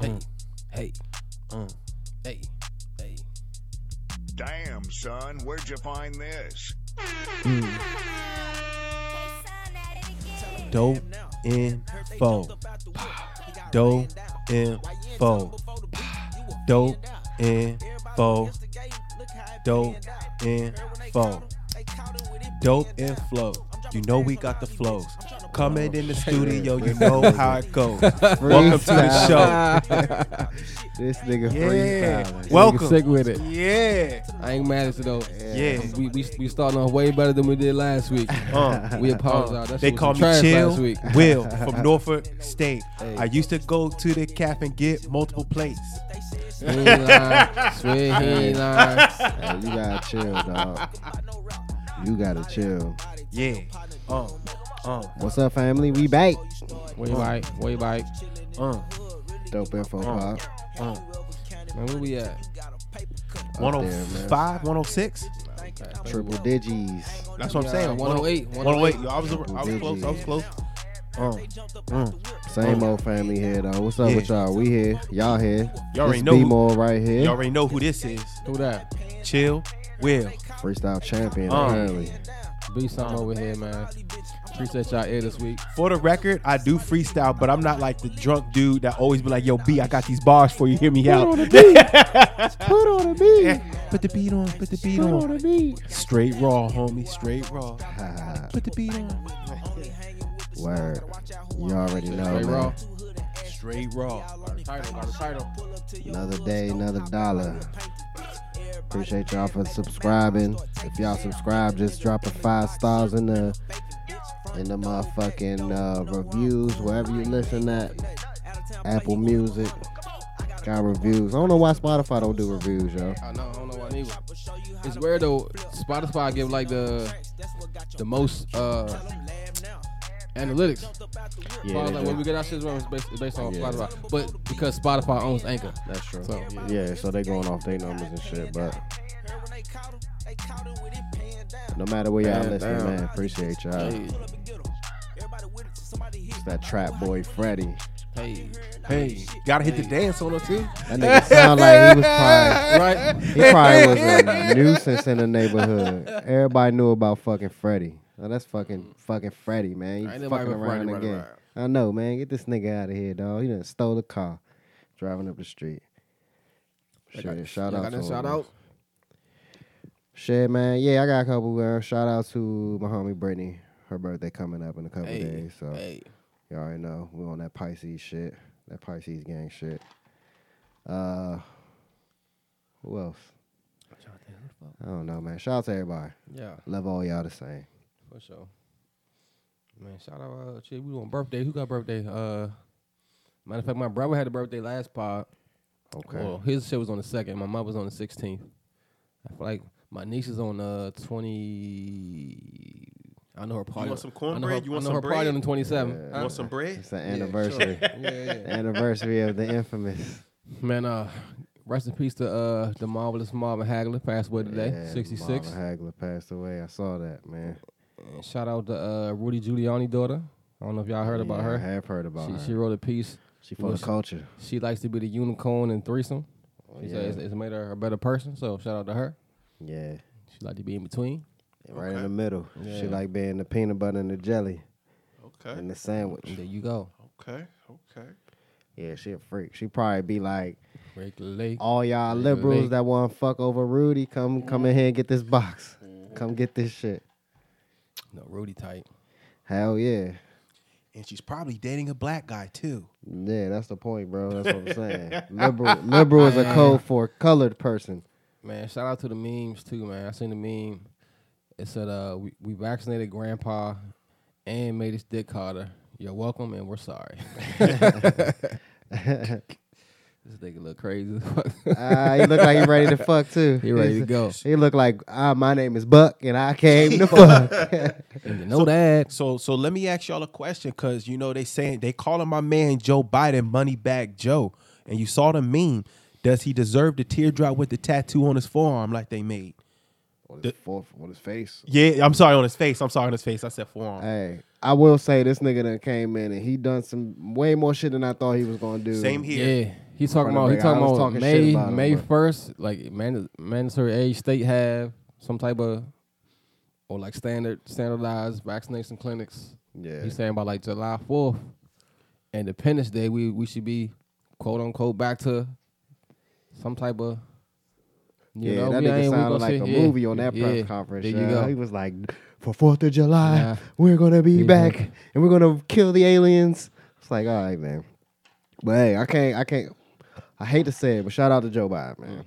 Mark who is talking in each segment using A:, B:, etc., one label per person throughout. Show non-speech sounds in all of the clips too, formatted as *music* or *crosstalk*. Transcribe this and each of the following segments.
A: Hey,
B: Mm.
A: hey,
B: Mm.
A: hey, hey.
C: Damn, son, where'd you find this?
B: Dope info. Dope info. Dope info. Dope info. Dope info. You know we got the flows. Come in in the *laughs* studio, you know how it *laughs* goes. Welcome to the show.
D: *laughs* This nigga
B: Yeah.
D: freestyling.
B: Welcome.
A: Sick with it.
B: Yeah.
A: I ain't mad at you though.
B: Yeah.
A: We, we we starting off way better than we did last week.
B: *laughs* Uh.
A: *laughs* We
B: Uh,
A: apologize. That shit
B: they
A: was
B: call
A: some
B: me
A: trash
B: Chill
A: last week.
B: *laughs* Will from Norfolk State. I used to go to the cap and get multiple plates.
A: *laughs* He ain't lying. Swear
B: *laughs*
A: he ain't lying.
D: Hey, you gotta chill, dog. You gotta chill.
B: Yeah. Um, um,
D: What's up, family? We back.
A: Way bike, way bike.
B: um,
D: Dope info
B: Uh,
D: pop.
B: um.
A: Man, where we at?
D: Up there, man.
B: 105, 106.
D: Triple digits.
B: That's what I'm
A: Yeah,
B: saying.
A: 108,
B: 108. Yo, I was, I was
D: Did
B: close.
D: you?
B: I was close. Um, mm.
D: Same old family here, though. What's up
B: Yeah.
D: with y'all? We here. Y'all here.
B: Y'all already
D: This
B: know who-
D: B-more right here.
B: You already know who this is.
A: Who that?
B: Chill, Will.
D: Freestyle champion,
B: Uh.
D: apparently.
A: Be something over here, man. Appreciate y'all air this week.
B: For the record, I do freestyle, but I'm not like the drunk dude that always be like, "Yo, B, I got these bars for you. Hear me out." *laughs*
D: Put on a beat.
B: Put the beat on. Put the beat on. Straight raw, homie. Straight raw. Put the beat on.
D: Word. You already know, man.
A: Straight raw.
B: Straight raw.
A: Title, got a title.
D: Another day, another dollar. Appreciate y'all for subscribing. If y'all subscribe, just drop a five stars in the in the motherfucking uh, reviews wherever you listen at. Apple Music got reviews. I don't know why Spotify don't do reviews, yo.
A: I know, I don't know why neither. It's weird though. Spotify give like the the most uh analytics. Yeah,
D: Yeah, they
A: like when we
D: do.
A: get our shit wrong, it's based, it's based on
D: Yeah.
A: Spotify. But because Spotify owns Anchor,
D: that's true.
A: so yeah.
D: Yeah, so they going off their numbers and shit, but. No matter where y'all
A: Man,
D: listening,
A: damn.
D: man, appreciate y'all.
A: Hey,
D: It's that trap boy Freddy.
A: hey,
B: Hey, gotta hit the dance on us too.
D: That *laughs* nigga sound like he was *laughs* probably He
A: *laughs* right?
D: probably was
A: *laughs*
D: a nuisance in the neighborhood. Everybody knew about fucking Freddy. Oh, that's fucking fucking Freddy, man. You fucking
A: Ain't nobody
D: around
A: with Freddy, brother,
D: again.
A: brother.
D: I know, man. Get this nigga out of here, dog. He done stole a car driving up the street. Shit, shout out
A: Got
D: to
A: that
D: him.
A: shout
D: man.
A: out.
D: Shit, man. Yeah, I got a couple. Uh, shout out to my homie Brittany. Her birthday coming up in a couple
A: Hey,
D: days, so
A: hey,
D: y'all already know we on that Pisces shit, that Pisces gang shit. Uh, who else? I don't know, man. Shout out to everybody.
A: yeah,
D: Love all y'all the same.
A: for sure. Man, shout out, uh, shit, we on birthday. Who got birthday? Uh, matter of fact, my brother had a birthday last pod.
D: Okay.
A: Well, his shit was on the second. My mother was on the sixteenth. I feel like my niece is on uh twenty. I know her party.
B: want some
A: I know her,
B: cornbread? You want
A: I know
B: some
A: her party
B: bread?
A: on the twenty seventh.
B: Want some bread?
D: it's the
A: sure.
D: anniversary. the anniversary of the
A: *laughs*
D: infamous.
A: Man, uh, rest in peace to uh the marvelous Marvin Hagler, passed away today,
D: Yeah,
A: sixty six.
D: Marvin Hagler passed away. I saw that, man.
A: Shout out to uh Rudy Giuliani daughter. I don't know if y'all heard about
D: Yeah, I
A: her.
D: have heard about
A: She,
D: her.
A: she wrote a piece.
D: She for the
A: was-
D: culture.
A: She likes to be the unicorn and threesome. She
D: Oh, yeah.
A: said it's, it's made her a better person. So shout out to her.
D: Yeah.
A: She like to be in between.
D: Right
B: Okay.
D: in the middle.
A: Yeah.
D: She like being the peanut butter and the jelly
B: Okay.
D: and the sandwich.
A: There you go.
B: Okay. Okay.
D: Yeah, she a freak. She probably be like,
A: Break the lake.
D: all y'all
A: Nigga,
D: liberals
A: they-
D: that want to fuck over Rudy, come come in here and get this box.
A: Mm-hmm.
D: Come get this shit.
A: No, Rudy tight.
D: Hell yeah.
B: And she's probably dating a black guy too.
D: Yeah, that's the point, bro. That's what I'm saying. liberal, liberal is a code for colored person.
A: Man, shout out to the memes too, man. I seen the meme. It said, uh, we, we vaccinated grandpa and made his dick harder. You're welcome and we're sorry. *laughs* this nigga look crazy. as fuck.
D: Uh, he look like he ready to fuck too.
A: He ready to go.
D: He look like ah, my name is Buck and I came to fuck.
A: and *laughs* you know that.
B: So so let me ask y'all a question, cause you know they saying they calling my man Joe Biden money bag Joe, and you saw the meme. Does he deserve the teardrop with the tattoo on his forearm like they made?
D: *laughs* on, his fourth, on his face.
B: Yeah, I'm sorry on his face. I'm sorry on his face. I said forearm.
D: Hey, I will say this nigga done came in and he done some way more shit than I thought he was gonna do.
B: Same here.
A: Yeah. He He's talking about
D: Remember,
A: he talking
D: I was
A: about
D: talking shit
A: May
D: about him,
A: May
D: but-
A: first, like mand- mandatory age state have some type of or like standard standardized vaccination clinics.
D: Yeah.
A: He's saying by like July fourth, Independence Day, we we should be quote unquote back to some type of you
D: yeah,
A: know,
D: that
A: we
D: nigga
A: ain't- we
D: sounded
A: gonna
D: like
A: sit
D: a
A: here.
D: movie on that press
A: Yeah,
D: conference.
A: There you
D: yeah.
A: go.
D: He was like, "For Fourth of July,
A: Nah.
D: we're gonna be
A: Yeah.
D: back, and we're gonna kill the aliens." It's like, all right, man. But hey, I can't, I can't. I hate to say it, but shout out to Joe Biden, man.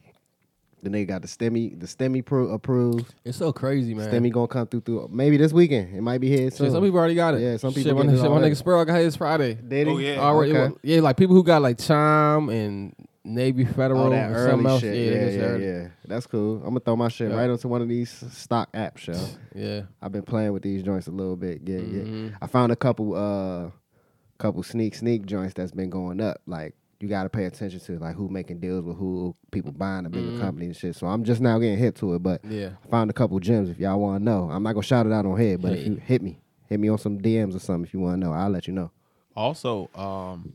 D: The nigga got the STEMI, the STEMI pro- approved.
A: It's so crazy, man.
D: STEMI gonna come through through maybe this weekend. It might be here
A: Shit,
D: soon.
A: some people already got it.
D: Yeah, some people
A: Shit, my,
D: getting it
A: nigga- shit, my
D: already.
A: nigga Sparrow got his Friday.
D: Did he?
B: Oh, yeah.
A: Already,
D: Okay.
A: well, yeah, like people who got like Chime and Navy Federal
D: All that
A: and something
D: early
A: else.
D: shit.
A: Yeah,
D: Yeah,
A: they get
D: yeah,
A: early.
D: yeah, That's cool. I'm gonna throw my shit
A: Yeah.
D: right onto one of these stock apps, yo.
A: Yeah.
D: I've been playing with these joints a little bit. Yeah, yeah. I found a couple uh couple sneak sneak joints that's been going up. Like you gotta pay attention to like who making deals with who, people buying the bigger company and shit. So I'm just now getting hit to it, but
A: Yeah.
D: I found a couple gems if y'all wanna know. I'm not gonna shout it out on here, but if
A: Hey.
D: you hit me, hit me on some DMs or something if you wanna know, I'll let you know.
B: Also, um,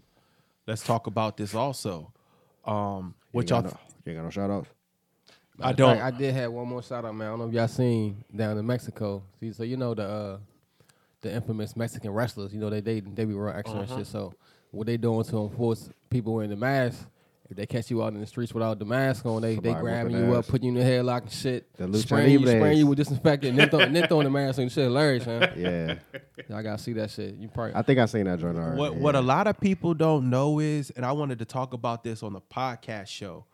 B: let's talk about this. Also, um, what
D: You
B: y'all?
D: ain't got no- you ain't got no shout outs?
B: I
A: Matter of
B: don't.
A: fact, I did have one more shout out, man. I don't know if y'all seen down in Mexico. See, so you know the uh, the infamous Mexican wrestlers. You know they they they be real extra
B: Uh-huh.
A: and shit. So what they doing to enforce people wearing the mask? If they catch you out in the streets without the mask on, they
D: Somebody
A: they grabbing
D: whooping
A: you
D: ass.
A: up, putting you in the headlock and shit.
D: The Lucha
A: spraying you,
D: Libres.
A: spraying you with disinfectant, and then, throw, and then throwing the mask on. Shit, hilarious, man.
D: *laughs* Yeah.
A: Y'all gotta see that shit. You probably
D: I think I seen that joint already.
B: what
D: yeah.
B: what uh, a lot of people don't know is, and I wanted to talk about this on the podcast show.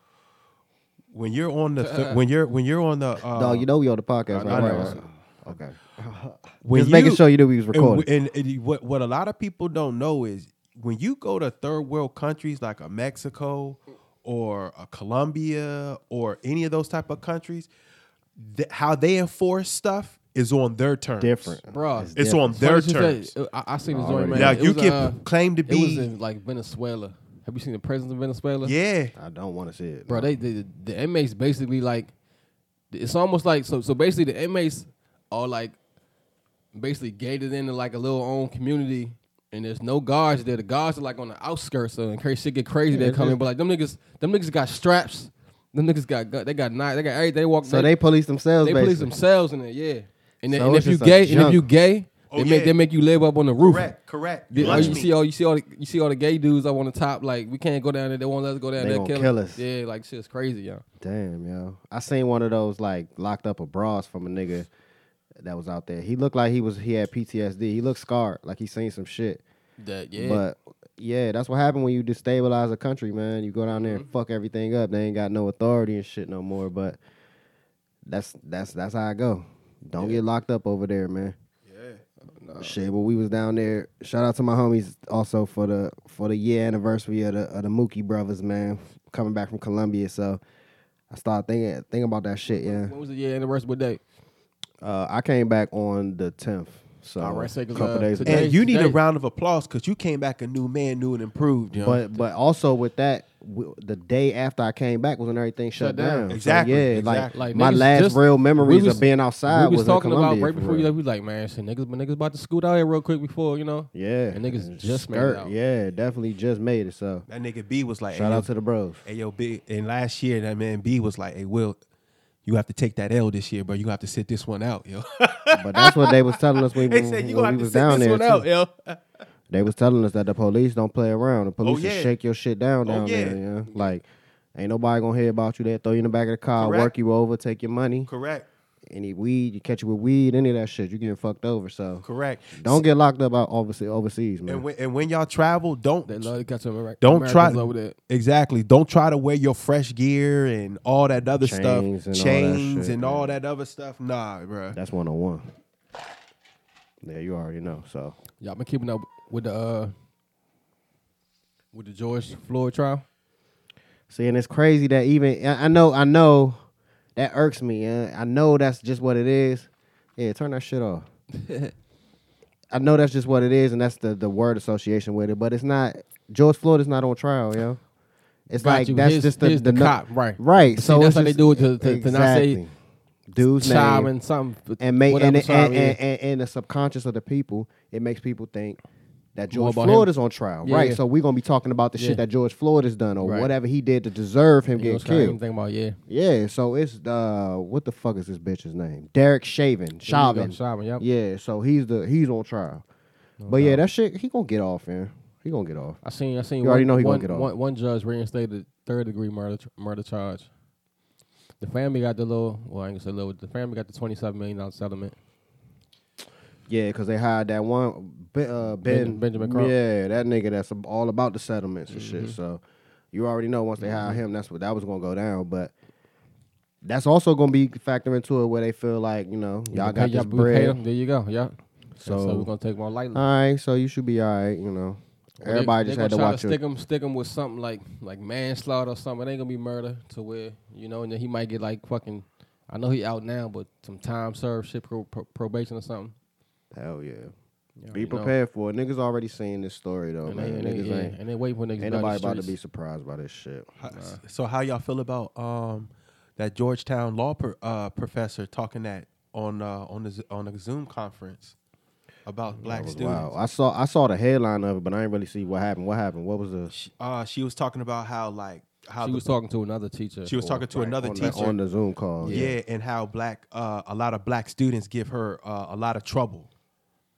B: When you're on the th- when you're when you're on
D: *laughs*
B: the uh,
D: Dog, you know we on the podcast
B: I
D: right
B: know.
D: now. Okay.
B: when
D: Just making sure you knew we was
B: and-
D: recording.
B: And, and what what a lot of people don't know is when you go to third world countries like a Mexico or a Colombia or any of those type of countries, th- how they enforce stuff is on their terms.
D: Different.
A: Bruh.
D: It's
B: It's
D: different.
B: on their
A: Funny you
B: terms.
A: should say, uh, I, I seen this joint,
D: Already.
A: man.
B: Now
A: It
B: you
A: was,
B: can
A: uh,
B: claim to
A: It was
B: be
A: in like Venezuela. Have you seen the prisons in Venezuela?
B: yeah.
D: I don't want to see it.
A: bro. They, they the inmates basically like it's almost like so so basically the inmates are like basically gated into like a little own community. And there's no guards there. The guards are like on the outskirts, so in case shit get crazy, they come in. But like them niggas, them niggas got straps. Them niggas got gu- they got knives. They got everything. They walk.
D: So they police themselves.
A: they police
D: basically.
A: themselves in there, yeah. And, then,
D: So
A: and
D: it's
A: if you
D: just a
A: gay, and
D: junk.
A: if you gay,
B: Oh,
A: they make
B: yeah.
A: they make you live up on the roof.
B: Correct, correct.
A: Yeah,
B: Lunch
A: you
B: meat.
A: see all you see all the, you see all the gay dudes up on the top. Like we can't go down there. They won't let us go down
D: They
A: there.
D: gonna
A: kill,
D: kill
A: us.
D: us.
A: Yeah, like shit's crazy, y'all.
D: Damn, yo. I seen one of those like locked up abroads from a nigga that was out there. He looked like he was he had PTSD. He looked scarred, like he seen some shit.
A: That yeah.
D: But yeah, that's what happened when you destabilize a country, man. You go down there
A: Mm-hmm.
D: and fuck everything up. They ain't got no authority and shit no more. But that's that's that's how I go. Don't get locked up over there, man. Shit, but we was down there. Shout out to my homies also for the for the year anniversary of the of the Mookie brothers, man, coming back from Columbia. So I started thinking thinking about that shit. Yeah,
A: what was the year anniversary what day?
D: uh, I came back on the tenth, so
A: All right,
D: a
A: say 'cause,
D: couple
A: uh,
D: days
A: today-
D: ago.
B: And you need a
A: today.
B: round of applause because you came back a new man, new and improved. You know?
D: But but also with that, w- the day after I came back was when everything shut,
A: Shut down.
D: down. So,
B: Exactly,
D: yeah,
B: exactly.
D: like,
A: Like
D: my
A: niggas
D: last
A: just-
D: real memories
A: we
D: of being outside
A: We was,
D: in
A: talking about
D: Columbia,
A: right
D: for
A: before you
D: real.
A: left. We was like, man, shit, niggas, but niggas about to scoot out here real quick before you know.
D: Yeah,
A: and niggas just made
D: skirt,
A: it out.
D: Yeah, definitely just made it. So
B: that nigga B was like,
D: shout
B: hey,
D: out to the bros.
A: *laughs*
B: Hey yo, B, and last year that man B was like, "Hey Will, you have to take that L this year, bro. You have to sit this one out, yo." *laughs*
D: But that's what they was telling us
A: *laughs*
D: when,
B: they said
D: when
B: you
D: we
B: gonna have
D: was
B: to sit
D: down
B: this
D: there.
B: one out,
D: too.
B: yo. *laughs*
D: They was telling us that the police don't play around. The police
B: yeah.
D: just shake your shit down
B: Oh,
D: down there.
B: yeah.
D: Yeah, like ain't nobody gonna hear about you. They throw you in the back of the car,
B: Correct.
D: work you over, take your money,
B: Correct,
D: any weed. You catch you with weed, any of that shit, you getting fucked over. So
B: correct.
D: don't get locked up out overseas, overseas man.
B: and when and when y'all travel, don't
A: They love to catch them. Ameri-
B: don't try
A: Americans over there.
B: exactly. Don't try to wear your fresh gear and all that other
D: Chains
B: stuff,
D: and all that
B: chains
D: shit,
B: and
D: yeah.
B: all that other stuff. Nah, bro.
D: That's one on one. Yeah, you already know. So
A: Y'all been keeping up with the uh with the George Floyd trial.
D: see, and it's crazy that even I I know, I know that irks me. And I know that's just what it is. Yeah, turn that shit
A: *laughs*
D: off. I know that's just what it is, and that's the the word association with it. But it's not. George Floyd is not on trial, yo. It's
A: Got
D: like
A: you.
D: that's
A: Here's-
D: just the,
A: here's the
D: nu-
A: cop, right.
D: Right.
A: See, that's
D: it's
A: how they
D: just-
A: do it to- to- to not say
D: Exactly. dude's
A: Child
D: name
A: and something
D: and make
A: whatever
D: and, and,
A: child,
D: and,
A: yeah.
D: and, and the subconscious of the people, it makes people think that
A: More
D: George
A: about
D: Floyd
A: him.
D: is on trial,
A: Yeah,
D: right?
A: yeah.
D: So we're gonna be talking about the
A: Yeah.
D: shit that George Floyd has done or
A: Right.
D: whatever he did to deserve him
A: You know
D: getting
A: what I'm saying?
D: killed.
A: Think about yeah.
D: Yeah, so it's uh what the fuck is this bitch's name? Derek Shaven. Chauvin.
A: Shavin, yep.
D: Yeah, so he's the he's on trial. but yeah, that shit he gonna get off, man. He gonna get off.
A: I seen I seen
D: You
A: one,
D: already know he gonna
A: one,
D: get off.
A: one- one judge reinstated third degree murder ch- murder charge. The family got the little well, I ain't gonna say little. The family got the twenty seven million dollar settlement.
D: Yeah, because they hired that one Ben- uh, Ben
A: Ben- Benjamin Mm-hmm. Crump.
D: Yeah, that nigga that's ab- all about the settlements and shit. So you already know once they
A: Mm-hmm.
D: hire him, that's what that was gonna go down. But that's also gonna be factored into it where they feel like you know y'all
A: We
D: got
A: pay-
D: this
A: we pay
D: bread.
A: them. There you go. Yep. So,
D: So-
A: we're gonna take more lightly.
D: All right, so you should be all right. You know,
A: Well, they-
D: everybody
A: they
D: just had to
A: gonna try
D: watch
A: to
D: it.
A: stick him, stick him with something like like manslaughter or something. It ain't gonna be murder to where you know, and then he might get like fucking. I know he out now, but some time served, shit pro, pro- probation or something.
D: Hell yeah.
A: You already
D: Be
A: know.
D: prepared for it. Niggas already seen this story though,
A: And they,
D: man.
A: and, they,
D: Niggas
A: yeah,
D: ain't.
A: and they wait for niggas.
D: Ain't
A: back
D: nobody about to be
A: the streets.
D: surprised by this shit.
B: How- So how y'all feel about um that Georgetown law per, uh, professor talking that on uh, on the Z- on a Zoom conference about
D: That
B: black
D: was
B: students?
D: wild. I saw I saw the headline of it, but I didn't really see what happened. What happened? What was the
B: She, uh, she was talking about how like how
A: She
B: the-
A: was talking to another teacher.
B: she was
A: or-
B: talking to
A: right.
B: another
D: on the,
B: teacher
D: on the oh, Zoom call?
B: yeah. and how black uh, a lot of black students give her uh, a lot of trouble.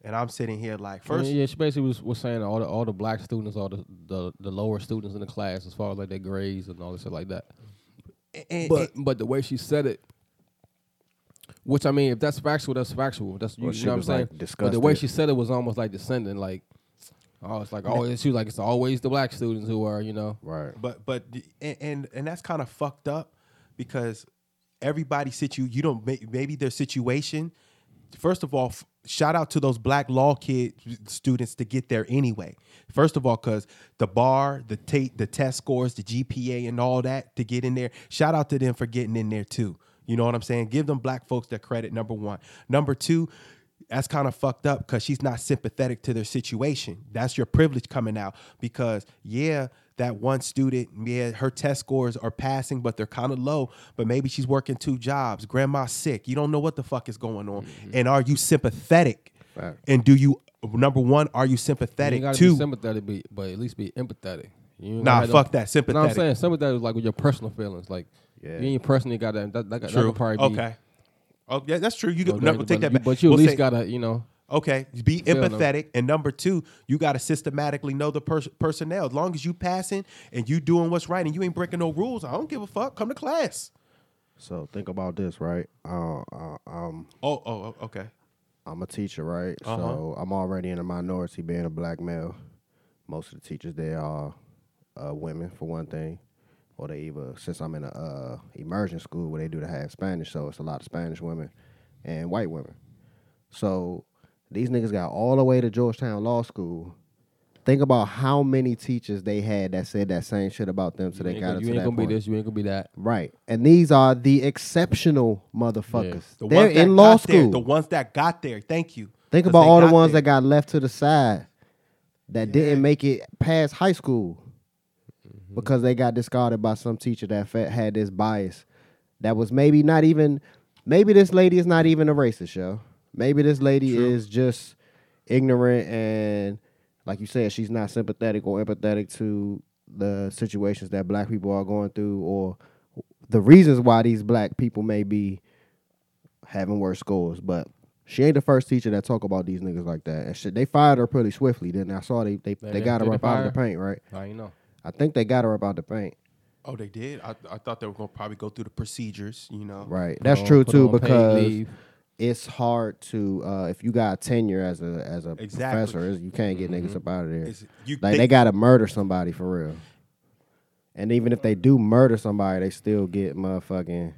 B: And I'm sitting here like
A: Yeah,
B: first
A: yeah, she basically was, was saying all the all the black students, all the, the the lower students in the class, as far as like their grades and all this shit like that.
B: and-
A: But but the way she said it, which I mean, if that's factual, that's factual. That's you,
D: Well,
A: you
D: she
A: know what I'm
D: was,
A: saying.
D: like,
A: But the way
D: disgusted.
A: she said it was almost like descending, like oh, it's like oh, she was like it's always the black students who are you know
D: Right.
B: But but the- and and, and that's kind of fucked up because everybody situ you don't may- maybe their situation. First of all, f- shout out to those black law kid students to get there anyway. First of all, because the bar, the tape, the test scores, the GPA, and all that to get in there. Shout out to them for getting in there too. You know what I'm saying? Give them black folks their credit. Number one. Number two, that's kind of fucked up because she's not sympathetic to their situation. That's your privilege coming out because, yeah, that one student, yeah, her test scores are passing, but they're kind of low. But maybe she's working two jobs. Grandma's sick. You don't know what the fuck is going on.
A: Mm-hmm.
B: And are you sympathetic?
D: Fact.
B: And do you, number one, are you
A: you ain't
B: sympathetic?
A: gotta
B: Two,
A: be sympathetic, be, but at least be empathetic. You ain't
B: Nah,
A: gotta-
B: fuck that,
A: You know what I'm
B: sympathetic.
A: saying sympathetic is like with your personal feelings, like
D: Yeah.
A: you ain't personally got that. That, that, that
B: true.
A: could probably be,
B: okay. Oh, yeah, that's true. You
A: you
B: could
A: know,
B: no,
A: that-
B: take
A: but,
B: that
A: you-
B: back.
A: but you at
B: We'll
A: least
B: say-
A: gotta you know
B: Okay, be
A: Feel them.
B: empathetic, and number two, you got to systematically know the pers- personnel. As long as you passing and you doing what's right and you ain't breaking no rules, I don't give a fuck. Come to class.
D: So think about this, right? Uh, uh, um,
B: Oh, oh, oh, okay.
D: I'm a teacher, right? So I'm already in a minority being a black male. Most of the teachers there are uh, women, for one thing, or they either since I'm in a uh, immersion school where they do the half Spanish, so it's a lot of Spanish women and white women. So these niggas got all the way to Georgetown Law School. Think about how many teachers they had that said that same shit about them, so
A: you
D: they
A: ain't
D: got
A: gonna,
D: it
A: you
D: to
A: ain't
D: that
A: gonna
D: point.
A: be this, you ain't gonna be that.
D: Right. And these are the exceptional motherfuckers.
B: The ones
D: They're
B: that
D: in law
B: got there,
D: school.
B: the ones that got there. Thank you.
D: Think
B: 'Cause
D: about
B: they
D: all the
B: got
D: ones
B: there.
D: that got left to the side that didn't make it past high school
A: Mm-hmm.
D: because they got discarded by some teacher that fa- had this bias that was maybe not even, maybe this lady is not even a racist, yo. Maybe this lady is just ignorant and, like you said, she's not sympathetic or empathetic to the situations that black people are going through or the reasons why these black people may be having worse scores, but she ain't the first teacher that talk about these niggas like that. And shit, they fired her pretty swiftly. Then I saw they they, they,
A: did-
D: got her
A: did they
D: up out of the
A: fire her?
D: paint, right?
A: I ain't know.
D: I think they got her up out the paint,
B: Oh, they did. I, I thought they were gonna probably go through the procedures. You know.
D: right? That's
A: on-
D: true
A: Oh, put
D: too
A: on paid
D: because
A: leave.
D: it's hard to uh, if you got tenure as a as a
B: Exactly. Mm-hmm.
D: professor, is- you can't get niggas up out of there.
B: It's- you-
D: like
B: they-
D: they, got to murder somebody for real. And even if they do murder somebody, they still get motherfucking.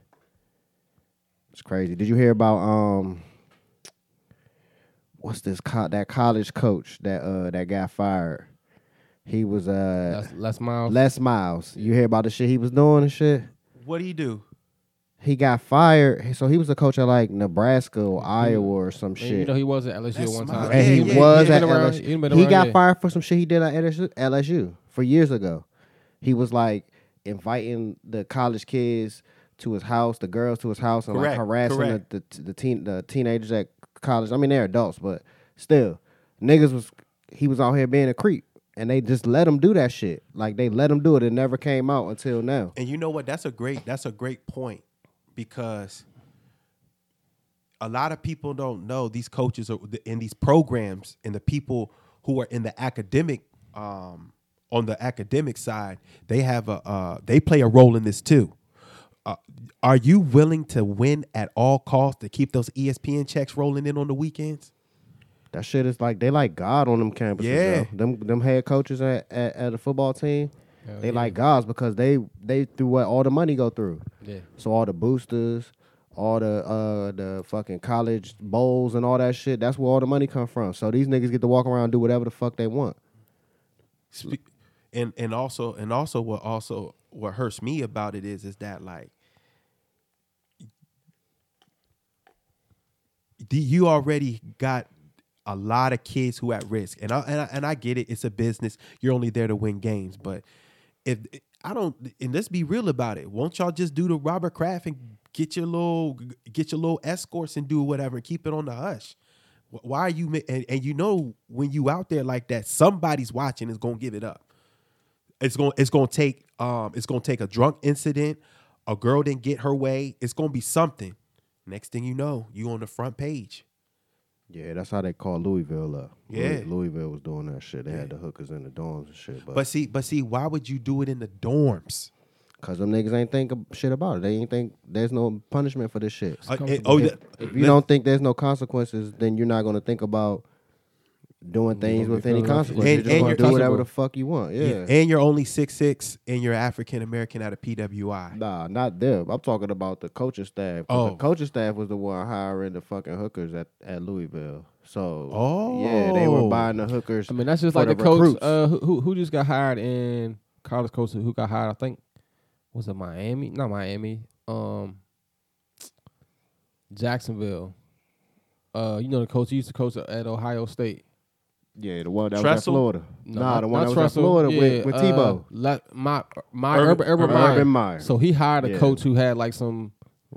D: It's crazy. Did you hear about um? What's this? Co- that college coach that uh that got fired. He was uh
A: That's less miles.
D: Les Miles. You hear about the shit he was doing and shit.
B: What do you do?
D: He got fired. So he was a coach at like Nebraska or
B: Mm-hmm.
D: Iowa or some
A: And
D: shit.
A: You know he was at LSU
B: That's
A: one
B: smart.
A: time.
D: and
B: Yeah,
D: he
B: yeah,
D: was
B: yeah.
D: at
A: Been around-
D: LSU.
A: he been
D: He
A: around,
D: got
A: yeah.
D: fired for some shit he did at LSU, LSU for years ago. He was like inviting the college kids to his house, the girls to his house, and
B: Correct,
D: like harassing
B: correct.
D: the the, the teen the teenagers at college. I mean, they're adults, but still, niggas was he was out here being a creep, and they just let him do that shit. Like they let him do it. It never came out until now.
B: And you know what? That's a great that's a great point because a lot of people don't know these coaches are in these programs and the people who are in the academic um, on the academic side they have a uh, they play a role in this too. Uh, are you willing to win at all costs to keep those E ESPN checks rolling in on the weekends?
D: That shit is like they like God on them campuses.
B: Yeah.
D: yo. them them head coaches at at, at the football team, they like gods because they they through what all the money go through.
A: Yeah.
D: So all the boosters, all the uh the fucking college bowls and all that shit. That's where all the money come from. So these niggas get to walk around and do whatever the fuck they want.
B: Spe- and and also and also what also what hurts me about it is is that like the- you already got a lot of kids who at risk and I, and I and I get it it's a business you're only there to win games but if I don't and let's be real about it won't y'all just do the Robert Kraft and get your little get your little escorts and do whatever and keep it on the hush Wh- why are you ma- and, and you know when you out there like that somebody's watching is gonna give it up it's going to it's going to take um it's going to take a drunk incident a girl didn't get her way it's going to be something next thing you know you on the front page
D: Yeah, that's how they call Louisville up. Louis-
B: Yeah.
D: Louisville was doing that shit. They had the hookers in the dorms and shit.
B: but see but see why would you do it in the dorms
D: Cause them niggas ain't think ab- shit about it. They ain't think there's no punishment for this shit.
B: Uh, and- oh
D: if,
B: the-
D: if you don't think there's no consequences, then you're not gonna think about doing things
A: gonna be
D: with any
A: feeling like-
D: consequence.
B: And-
D: you're just
B: and
D: gonna
B: you're-
D: do whatever the fuck you want. Yeah.
B: and you're only six six and you're african american out of pwi
D: Nah, not them. I'm talking about the coaching staff.
B: Oh.
D: 'cause The coaching staff was the one hiring the fucking hookers at, at Louisville. So
B: Oh.
D: yeah, they were buying the hookers.
A: I mean, that's just
D: for
A: like the,
D: the
A: coach
D: recruits.
A: uh, who- who who just got hired in college coach who got hired. I think was it Miami? Not Miami. Um, Jacksonville. Uh, you know the coach who used to coach at Ohio State.
D: yeah, the one that was
B: Trestle?
D: at Florida. nah,
A: No, not-
D: the one
A: not
D: that was
A: Trussell.
D: at Florida
A: Yeah,
D: with, with
A: uh,
D: Tebow.
A: La- my my
B: Urban-
A: Urban, Urban,
B: Urban
A: Meyer.
D: Urban Meyer.
A: So he hired a
D: Yeah.
A: coach who had like some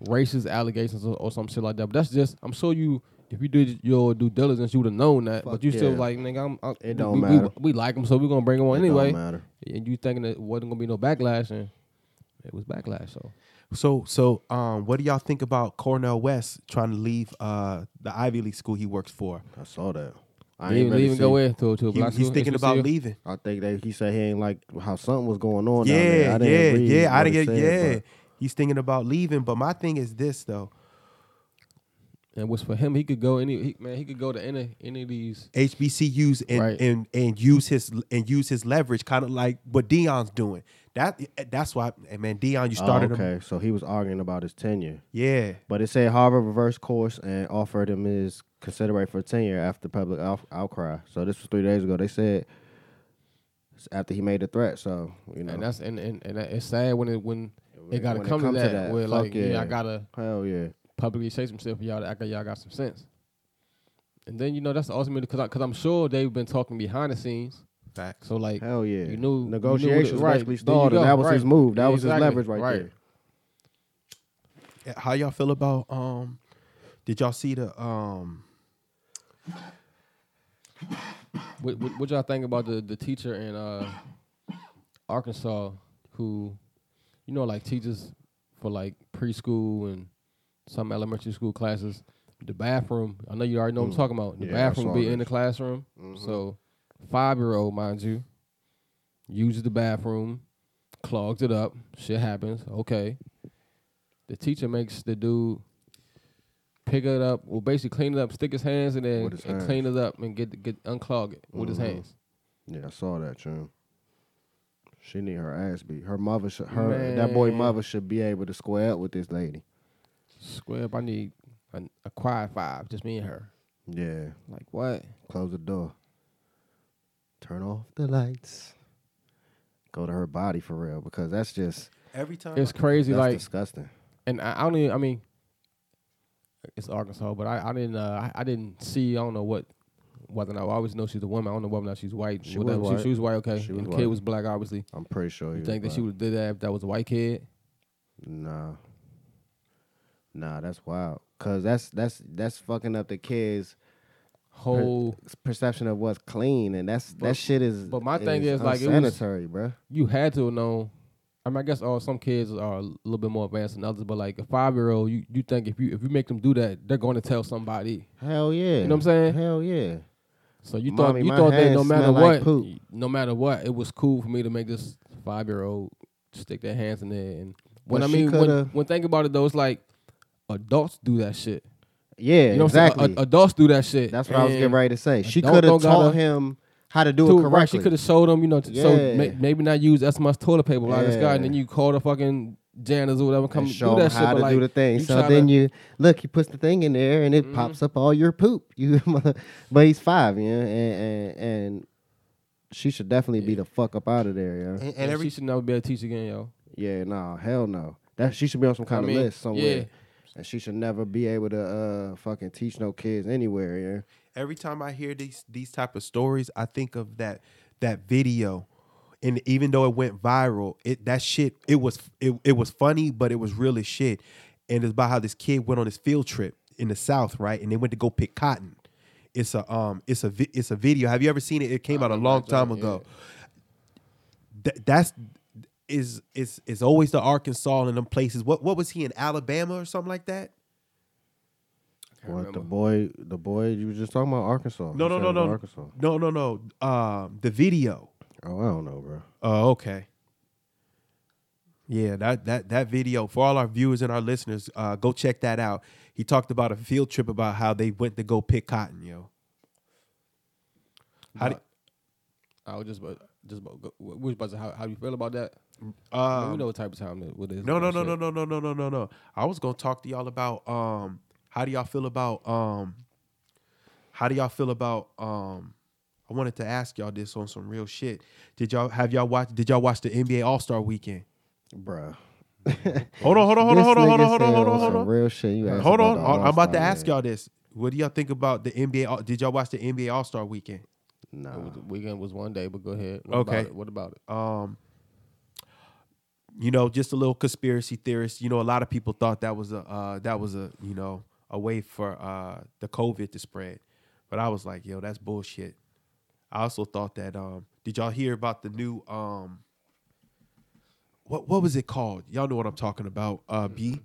A: racist allegations or, or some shit like that. But that's just I'm sure you if you did your due diligence you would have known that.
D: Fuck
A: but you still
D: yeah.
A: like nigga, I'm, I'm-
D: It
A: we-
D: don't
A: we,
D: matter.
A: We, we like him, so we're gonna bring him on
D: It don't
A: anyway.
D: matter.
A: And you thinking it wasn't gonna be no backlash, and it was backlash. So
B: so so um what do y'all think about cornell west trying to leave uh the ivy league school he works for
D: I saw that. I ain't
A: he didn't
D: really
A: even go
D: see-
A: in to to a
B: He-
A: black
B: he's
A: school,
B: thinking about
A: HBCU.
B: leaving
D: I think they he said he ain't like how something was going on. down there.
B: Yeah,
D: I
B: yeah,
D: didn't read
B: yeah. I
D: what
B: didn't
D: it
B: get.
D: said,
B: yeah,
D: but-
B: he's thinking about leaving. But my thing is this though:
A: And was for him, he could go any he, man. He could go to any any of these.
B: HBCUs and
A: Right.
B: and and use his and use his leverage, kind of like what Dion's doing. That that's why, and man, Dion, you
D: Oh,
B: started him.
D: okay, so he was arguing about his tenure.
B: Yeah,
D: But it said Harvard reversed course and offered him his consideration for tenure after public out- outcry. So this was three days ago. They said it's after he made the threat. So you know,
A: And that's and and, and that, it's sad when it when it gotta
D: when it
A: come
D: come
A: to
D: to
A: that,
D: that,
A: where
D: fuck
A: like yeah, I
D: yeah.
A: gotta
D: hell yeah.
A: publicly say some shit for y'all to act like y'all got some sense. And then you know that's ultimately because because I'm sure they've been talking behind the scenes.
B: facts.
A: So like
D: Hell yeah.
A: you knew
D: Negotiations
A: you knew what it- right,
D: basically
A: there you
D: stalled, and
A: go,
D: that was his
A: right.
D: move. That
A: Yeah,
D: was his
A: exactly,
D: leverage right, there.
B: How y'all feel about um? Did y'all see the um?
A: What, what, what y'all think about the, the teacher in uh, Arkansas who, you know, like teaches for like preschool and some elementary school classes? The bathroom, I know you already know what I'm talking about. The
D: Mm. Yeah, I
A: bathroom
D: saw Mm-hmm.
A: be in the
D: this.
A: classroom. So, five year old, mind you, uses the bathroom, clogs it up. Shit happens. Okay. The teacher makes the dude pick it up, well, basically clean it up, stick his hands in there,
D: With his
A: and clean it up and get get unclog it with his hands.
D: Yeah, I saw that, Jim. She need her ass beat. Her mother should her that boy
A: Man.
D: mother should be able to square up with this lady.
A: Square up, I need a, a quiet five, just me and her.
D: Yeah.
A: Like what?
D: Close the door. Turn off the lights. Go to her body for real because that's just
B: Every time
A: It's crazy.
D: that's
A: like,
D: disgusting.
A: and I, I don't even. I mean, it's Arkansas, but I, I didn't. Uh, I, I didn't see. I don't know what. Whether or not I always know she's a woman. I don't know whether or not she's white.
D: She
A: whatever.
D: was
A: She,
D: white.
A: she was white. Oh, Okay.
D: She was
A: and the kid
D: white.
A: was black, obviously.
D: I'm pretty sure
A: You think that she
D: was
A: would have did that if that was a white kid?
D: nah, nah. That's wild. Cause that's that's that's fucking up the kids
A: whole.
D: perception of what's clean, and that's
A: But-
D: that shit is.
A: but my thing is, like, it was-
D: sanitary, bro.
A: You had to have known. I mean, I guess all some kids are a little bit more advanced than others, but like a five year old, you, you think if you if you make them do that, they're going to tell somebody.
D: Hell yeah.
A: You know what I'm saying?
D: Hell yeah.
A: So you
D: Mommy,
A: thought you
D: my
A: thought that
D: hands
A: no matter
D: smell
A: what,
D: like poop.
A: no matter what, it was cool for me to make this five year old stick their hands in there. And when
D: But
A: I
D: she
A: mean when,
D: coulda-
A: when think about it though, it's like adults do that shit.
D: Yeah,
A: You know what
D: exactly.
A: I'm saying? A- adults do that shit.
D: That's what I was getting
A: And
D: ready to say. She
A: adult
D: could
A: don't
D: have
A: gotta-
D: told him how to do
A: to-
D: it
A: right,
D: correctly.
A: she could have showed them, you know, t- so may,
D: Yeah.
A: maybe not use as much toilet paper like this guy, and
D: Yeah.
A: then you call the fucking janitors or whatever, come
D: and show
A: do that
D: him
A: shit.
D: how
A: but
D: to
A: like,
D: do the thing.
A: you Mm-hmm.
D: So
A: try
D: then
A: to-
D: you look, he puts the thing in there and it pops up all your poop. *laughs* You, mother- but he's five, yeah, and and, and she should definitely be the fuck up out of there, yeah.
B: And,
A: Yeah,
B: and every
A: she should never be a teacher again, yo.
D: Yeah, no, hell no. That she should be on some kind
A: mean,
D: of list somewhere.
A: yeah.
D: And she should never be able to uh fucking teach no kids anywhere, yeah.
B: every time I hear these these type of stories, I think of that that video. And even though it went viral, it that shit it was it, it was funny, but it was real as shit. And it's about how this kid went on his field trip in the South, right? And they went to go pick cotton. It's a um it's a vi- it's a video. Have you ever seen it? It came out a long time ago. Th- that's is is is always the Arkansas and them places. What what was he in Alabama or something like that?
D: What the boy, the boy you were just talking about Arkansas?
B: No no
D: You said
B: no
D: it was
B: no
D: Arkansas.
B: no no no. Um, the video.
D: Oh, I don't know, bro.
B: Oh, okay. Yeah, that that that video for all our viewers and our listeners, uh, go check that out. He talked about a field trip about how they went to go pick cotton, yo. How do,
A: I was just about, just about, go- we was about to how, how you feel about that. I mean,
B: uh,
D: Um,
A: we know what type of time that what it is.
B: no, no,
A: and
B: no,
A: shit.
B: no, no, no, no, no, no, no. I was gonna talk to y'all about um, how do y'all feel about um, how do y'all feel about um, I wanted to ask y'all this on some real shit. Did y'all have y'all watch? Did y'all watch the NBA All Star Weekend?
D: Bruh.
B: Hold on, hold on, hold on,
D: This
B: hold on, hold on, hold on,
D: nigga said
B: hold on,
D: on
B: hold
D: some
B: on.
D: Real shit. You asked
B: Hold on,
D: about the
B: I'm about to
D: All-Star
B: ask
D: game.
B: y'all this. What do y'all think about the NBA? All- Did y'all watch the NBA All Star Weekend?
A: It
D: Nah.
A: was- the weekend was one day, but go ahead. What
B: Okay.
A: About it? What about it?
B: Um, you know, just a little conspiracy theorist. You know, a lot of people thought that was a uh, that was a you know a way for uh, the COVID to spread, but I was like, yo, that's bullshit. I also thought that. Um, did y'all hear about the new um, what what was it called? Y'all know what I'm talking about. Uh, B,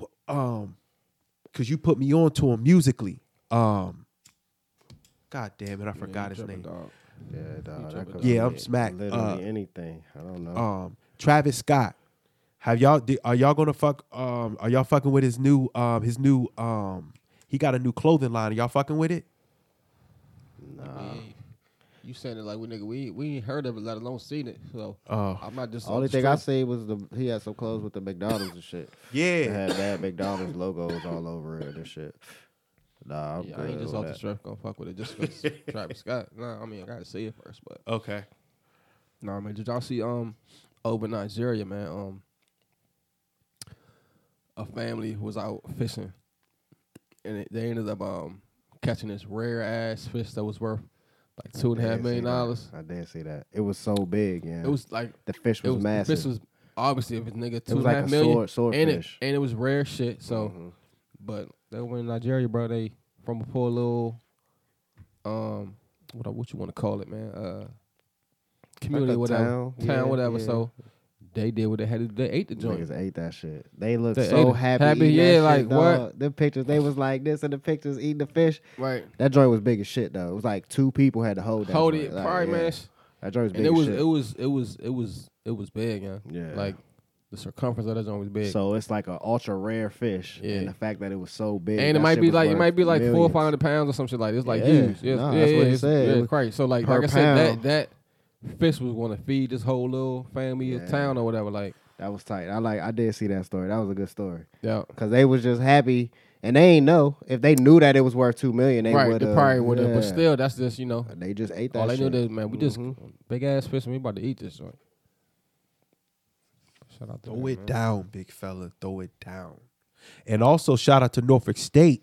B: Wh- um, because you put me on to him musically. Um, God damn it, I forgot his
A: Tripping,
B: name.
A: dog.
D: Yeah, dawg, that
A: tripping,
D: could
A: dawg.
B: Yeah, I'm
D: be
B: smacked.
D: Literally
B: Uh,
D: anything. I don't know.
B: um Travis Scott. Have y'all di- are y'all gonna fuck um are y'all fucking with his new um his new um he got a new clothing line. Are y'all fucking with it?
A: We ain't- you saying it like we nigga, we we ain't heard of it, let alone seen it. So
B: Oh.
A: I'm not just
D: Only
A: I'm
D: thing I
A: straight-
D: see was the he had some clothes with the McDonald's and shit. It
B: Yeah.
D: had bad McDonald's logos all over it and shit. Nah, I'm
A: Yeah, I
D: good
A: ain't just
D: with
A: off the
D: that.
A: strength gonna fuck with it just because
D: *laughs*
A: Travis Scott. Nah, I mean I gotta see it first, but
B: Okay.
A: nah, man. Did y'all see um over in Nigeria, man? Um, a family was out fishing, and it, they ended up um catching this rare ass fish that was worth like two and a half
D: Did see
A: million
D: that.
A: dollars.
D: I did see that. It was so big, yeah.
A: It was like
D: the fish
A: it
D: was,
A: was
D: massive.
A: This was obviously if it's nigga two
D: was
A: and a
D: like
A: half
D: a
A: million,
D: sword- Mm-hmm.
A: and it
D: swordfish.
A: and it was rare shit. So, but they went in Nigeria, bro. They from a poor little, um, what I- what you want to call it, man? Uh, community, whatever,
D: town,
A: town,
D: yeah,
A: whatever.
D: yeah.
A: So they did what they had to. do. They ate the joint.
D: Niggas ate that shit. They looked
A: They ate
D: so
A: it.
D: happy.
A: Happy,
D: eating that
A: yeah,
D: shit,
A: like, what?
D: dawg. The pictures, they was like this in the pictures eating the fish.
A: Right.
D: That joint was big as shit though. It was like two people had to hold that.
A: Hold
D: joint.
A: it,
D: Like,
A: probably
D: yeah.
A: man.
D: That joint was big.
A: And it
D: as
A: was
D: shit.
A: it was it was it was it was big, yeah.
D: Yeah.
A: Like the circumference of that joint was big.
D: So it's like an ultra rare fish,
A: Yeah.
D: and the fact that it was so big,
A: and
D: that
A: it might
D: shit
A: be
D: was
A: like it
D: worth
A: might be like four or
D: millions.
A: five hundred pounds or some shit like this, like
D: Yeah.
A: huge. Yes,
D: Nah,
A: yeah,
D: that's what
A: yeah,
D: it
A: it's-
D: said. It
A: Yeah,
D: was
A: Christ. So like
D: per
A: like I said,
D: pound.
A: that that fish was going to feed this whole little family or
D: Yeah.
A: town or whatever. Like
D: That was tight. I like. I did see that story. That was a good story
A: yeah,
D: because they was just happy, and they ain't know if they knew that it was worth two million. They
A: right.
D: would
A: They probably would have, but still, that's just you know
D: they just ate that.
A: all they knew
D: shit. Mm-hmm.
A: is man, we just big ass fish and we about to eat this joint. Shout out to
B: Throw
A: them,
B: it
A: man.
B: down, big fella. Throw it down. And also shout out to Norfolk State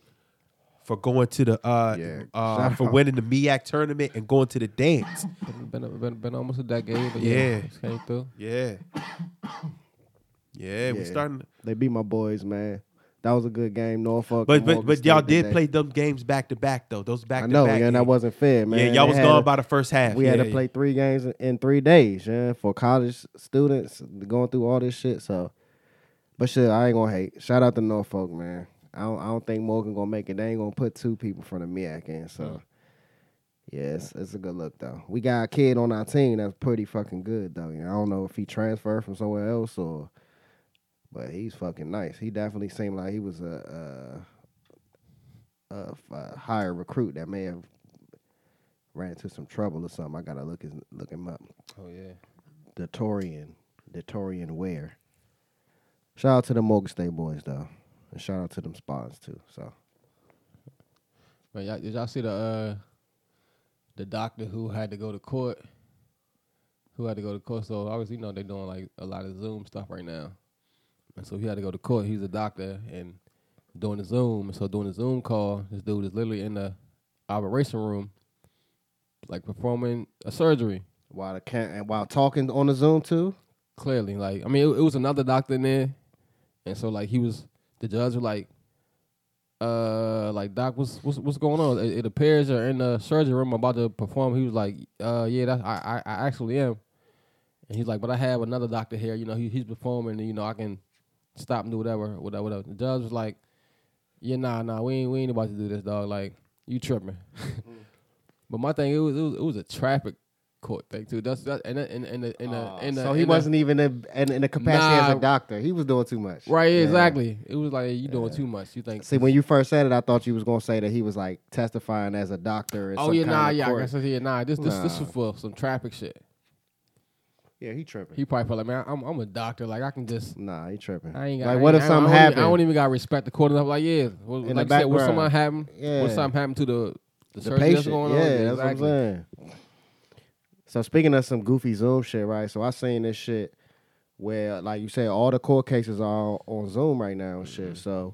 B: for going to the uh,
D: Yeah,
B: uh
D: shout
B: for
D: out.
B: winning the MEAC tournament and going to the dance.
A: Been, been been almost a decade, but
B: Yeah.
A: yeah, just came through.
B: yeah. yeah. we
D: Yeah.
B: starting
D: They beat my boys, man. That was a good game, Norfolk.
B: But
D: and
B: but
D: Morgan
B: but y'all
D: State
B: did
D: today.
B: play them games back to back though. Those back
D: I
B: to
D: know,
B: back.
D: yeah, and that wasn't fair, man.
B: Yeah, y'all
D: They
B: was
D: had
B: gone
D: a-
B: by the first half.
D: We had
B: Yeah.
D: to play three games in- in three days, yeah, for college students going through all this shit. So, but shit, I ain't gonna hate. Shout out to Norfolk, man. I don't, I don't think Morgan gonna make it. They ain't gonna put two people from the MIAC in.
B: Hmm.
D: So, yeah, it's, it's a good look though. We got a kid on our team that's pretty fucking good though. You know, I don't know if he transferred from somewhere else or, but he's fucking nice. He definitely seemed like he was a. a a f- a higher recruit that may have ran into some trouble or something. I gotta look his, look him up.
A: Oh yeah.
D: The Torian, the Torian Ware. Shout out to the Morgan State boys though, and shout out to them Spartans too. So
A: Man, y'all, did y'all see the uh, the doctor who had to go to court? Who had to go to court? So obviously, you know they're doing like a lot of Zoom stuff right now, and so he had to go to court. He's a doctor and doing the Zoom, and so doing the Zoom call, this dude is literally in the operation room, like performing a surgery.
D: while the can and while talking on the Zoom too,
A: Clearly, like I mean, it, it was another doctor in there, and so like he was the judge was like, uh, like doc, what's what's what's going on? It, it appears you're in the surgery room about to perform. He was like, uh, yeah, that's I, I I actually am, and he's like, but I have another doctor here. You know, he he's performing, and you know, I can stop and do whatever, whatever, whatever. The judge was like, yeah, nah, nah, we ain't we ain't about to do this, dog. Like you tripping. *laughs* but my thing, it was, it was it was a traffic court thing too. That's that and and and the, and, the, and the,
D: Ah, so he
A: and the-
D: wasn't even in, in, in the capacity as
A: Nah.
D: a doctor. He was doing too much.
A: Right,
D: Yeah.
A: exactly. It was like you doing too much. You think?
D: See, when you first said it, I thought you was gonna say that he was like testifying as a doctor. in
A: oh
D: some
A: yeah,
D: kind
A: nah,
D: of
A: yeah, I
D: court.
A: guess I yeah, nah. This this this
D: Nah.
A: was for some traffic shit.
D: yeah, he tripping.
A: He probably felt like, man, I'm I'm a doctor. Like I can just.
D: nah, he tripping.
A: I ain't got,
D: like,
A: I
D: what
A: ain't-
D: if
A: I-
D: something
A: I don't even-
D: happened?
A: I don't even got respect the court enough. Like yeah, well,
D: the
A: like you said, what
D: background.
A: something happened?
D: Yeah.
A: What something happened to the the,
D: the
A: surgery that's
D: patient.
A: going
D: yeah,
A: on?
D: that's what I'm saying. So speaking of some goofy Zoom shit, right? So I seen this shit where, like you said, all the court cases are on Zoom right now and
A: Mm-hmm.
D: shit. So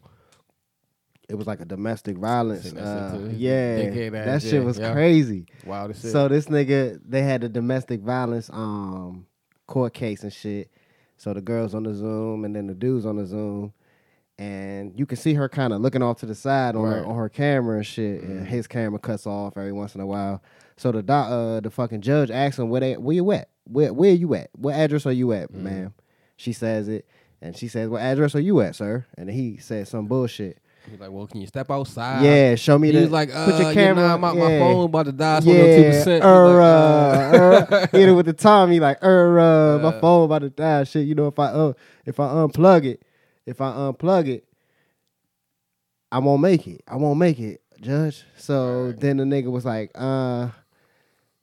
D: it was like a domestic violence.
A: Seen that shit
D: uh,
A: too.
D: yeah,
A: Dickhead
D: that
A: ass,
D: shit
A: yeah,
D: was
A: yeah.
D: crazy.
A: Wow, this shit.
D: So this nigga, they had a domestic violence um court case and shit. So the girls on the Zoom and then the dudes on the Zoom, and you can see her kind of looking off to the side on
A: Right. Mm-hmm.
D: her on her camera and shit. And his camera cuts off every once in a while. So the doc, uh, the fucking judge asks him where they where you at? Where where you at? What address are you at,
A: Mm-hmm.
D: ma'am? She says it, and she says, "What address are you at, sir?" And he says some bullshit.
A: He's like, well, can you step outside?
D: yeah, show me
A: Uh, He
D: the.
A: was like, uh,
D: put your camera.
A: yeah, nah, my, my
D: yeah.
A: phone about to die. It's only on two
D: Yeah,
A: percent.
D: er,
A: *laughs*
D: uh, er, hit it with the time. He like, er, uh, my phone about to die. Shit, you know, if I uh, if I unplug it, if I unplug it, I won't make it. I won't make it, Judge. So then the nigga was like, uh,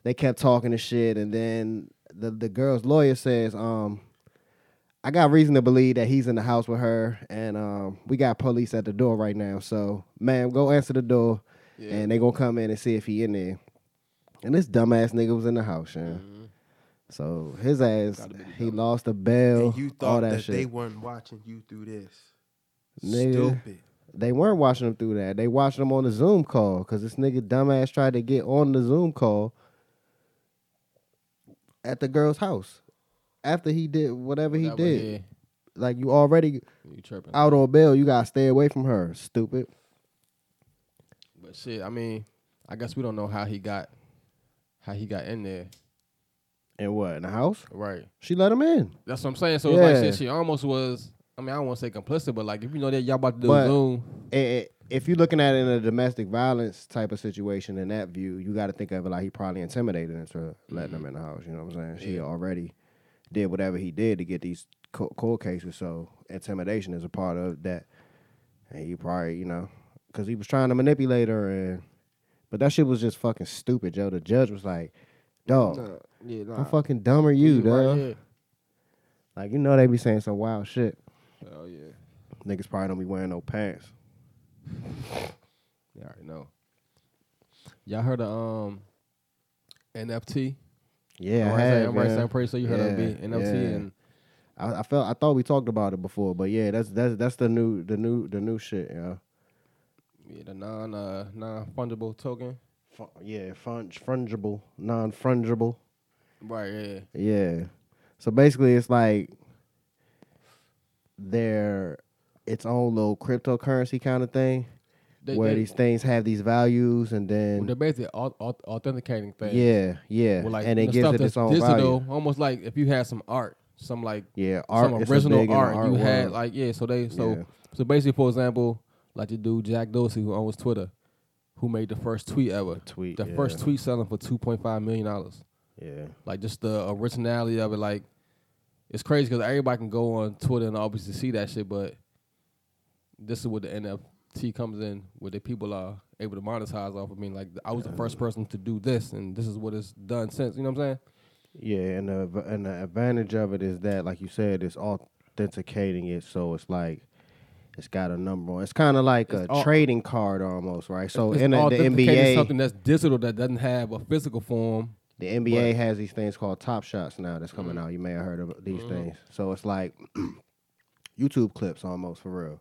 D: they kept talking and shit, and then the the girl's lawyer says, um. I got reason to believe that he's in the house with her, and um, we got police at the door right now. So, ma'am, go answer the door, and they gonna come in and see if he in there. And this dumbass nigga was in the house, yeah.
B: Mm-hmm.
D: So his ass, he lost a bail.
B: And you
D: all
B: thought
D: that,
B: that,
D: shit.
B: they weren't watching you through this.
D: Nigga.
B: Stupid.
D: They weren't watching him through that. They watching him on the Zoom call because this nigga dumbass tried to get on the Zoom call at the girl's house after he did whatever he
A: That was-
D: did. Like you already
A: yeah, you tripping?
D: out on bail, you gotta stay away from her. Stupid.
A: But shit, I mean, I guess we don't know how he got how he got in there,
D: And what in the house?
A: right?
D: She let him in.
A: That's what I'm saying. So it's like
D: Yeah.
A: shit, she almost was. I mean, I don't want to say complicit, but like if you know that y'all about to do
D: But-
A: Zoom,
D: it- it- if you're looking at it in a domestic violence type of situation in that view, you got to think of it like he probably intimidated into letting him in the house. You know what I'm saying? She already did whatever he did to get these co- court cases, so intimidation is a part of that. And he probably, you know, because he was trying to manipulate her, and but that shit was just fucking stupid, Joe. The judge was like, "Dog,
A: yeah,
D: how fucking dumb are you, dog?
A: Right,
D: Like you know they be saying some wild shit.
A: yeah. Oh yeah,
D: Niggas probably don't be wearing no pants."
A: you already know. Y'all heard of um NFT?
D: Yeah,
A: I'm
D: I
A: right,
D: have,
A: saying- I'm right,
D: yeah.
A: saying, I'm pretty sure you heard of
D: Yeah,
A: it, NFT
D: yeah.
A: and
D: I, I felt I thought we talked about it before, but yeah, that's that's that's the new the new the new shit, yeah.
A: yeah, the non uh, non fungible token.
D: Fu- yeah, fung- fungible, non fungible.
A: Right, yeah,
D: Yeah. So basically, it's like they're its own little cryptocurrency kind of thing,
A: They,
D: where
A: they,
D: these things have these values, and
A: well, they're
D: then
A: basically au- au- authenticating things.
D: yeah, yeah,
A: Well, like,
D: and it
A: the
D: gives
A: stuff
D: it its
A: that's
D: own
A: digital,
D: value.
A: Almost like if you had some art, some like
D: Yeah, art
A: some
D: it's a
A: original
D: big in the
A: art, you had
D: world.
A: like yeah. So they so
D: Yeah.
A: so basically, for example, like the dude Jack Dorsey who owns Twitter, who made the first tweet ever.
D: tweet,
A: the
D: yeah.
A: first tweet selling for two point five million dollars.
D: yeah,
A: Like just the originality of it. Like it's crazy because everybody can go on Twitter and obviously see that shit, but this is where the NFT comes in, where the people are able to monetize off of me. Like I was the first person to do this, and this is what it's done since. You know what I'm saying?
D: yeah, and the v- and the advantage of it is that, like you said, it's authenticating it, so it's like. It's got a number on. It's kind of like
A: It's
D: a
A: au-
D: trading card almost, right? So
A: It's
D: in the, the
A: authenticating
D: NBA,
A: something that's digital that doesn't have a physical form.
D: The NBA has these things called Top Shots now that's coming out. You may have heard of these things. So it's like *clears throat* YouTube clips almost for real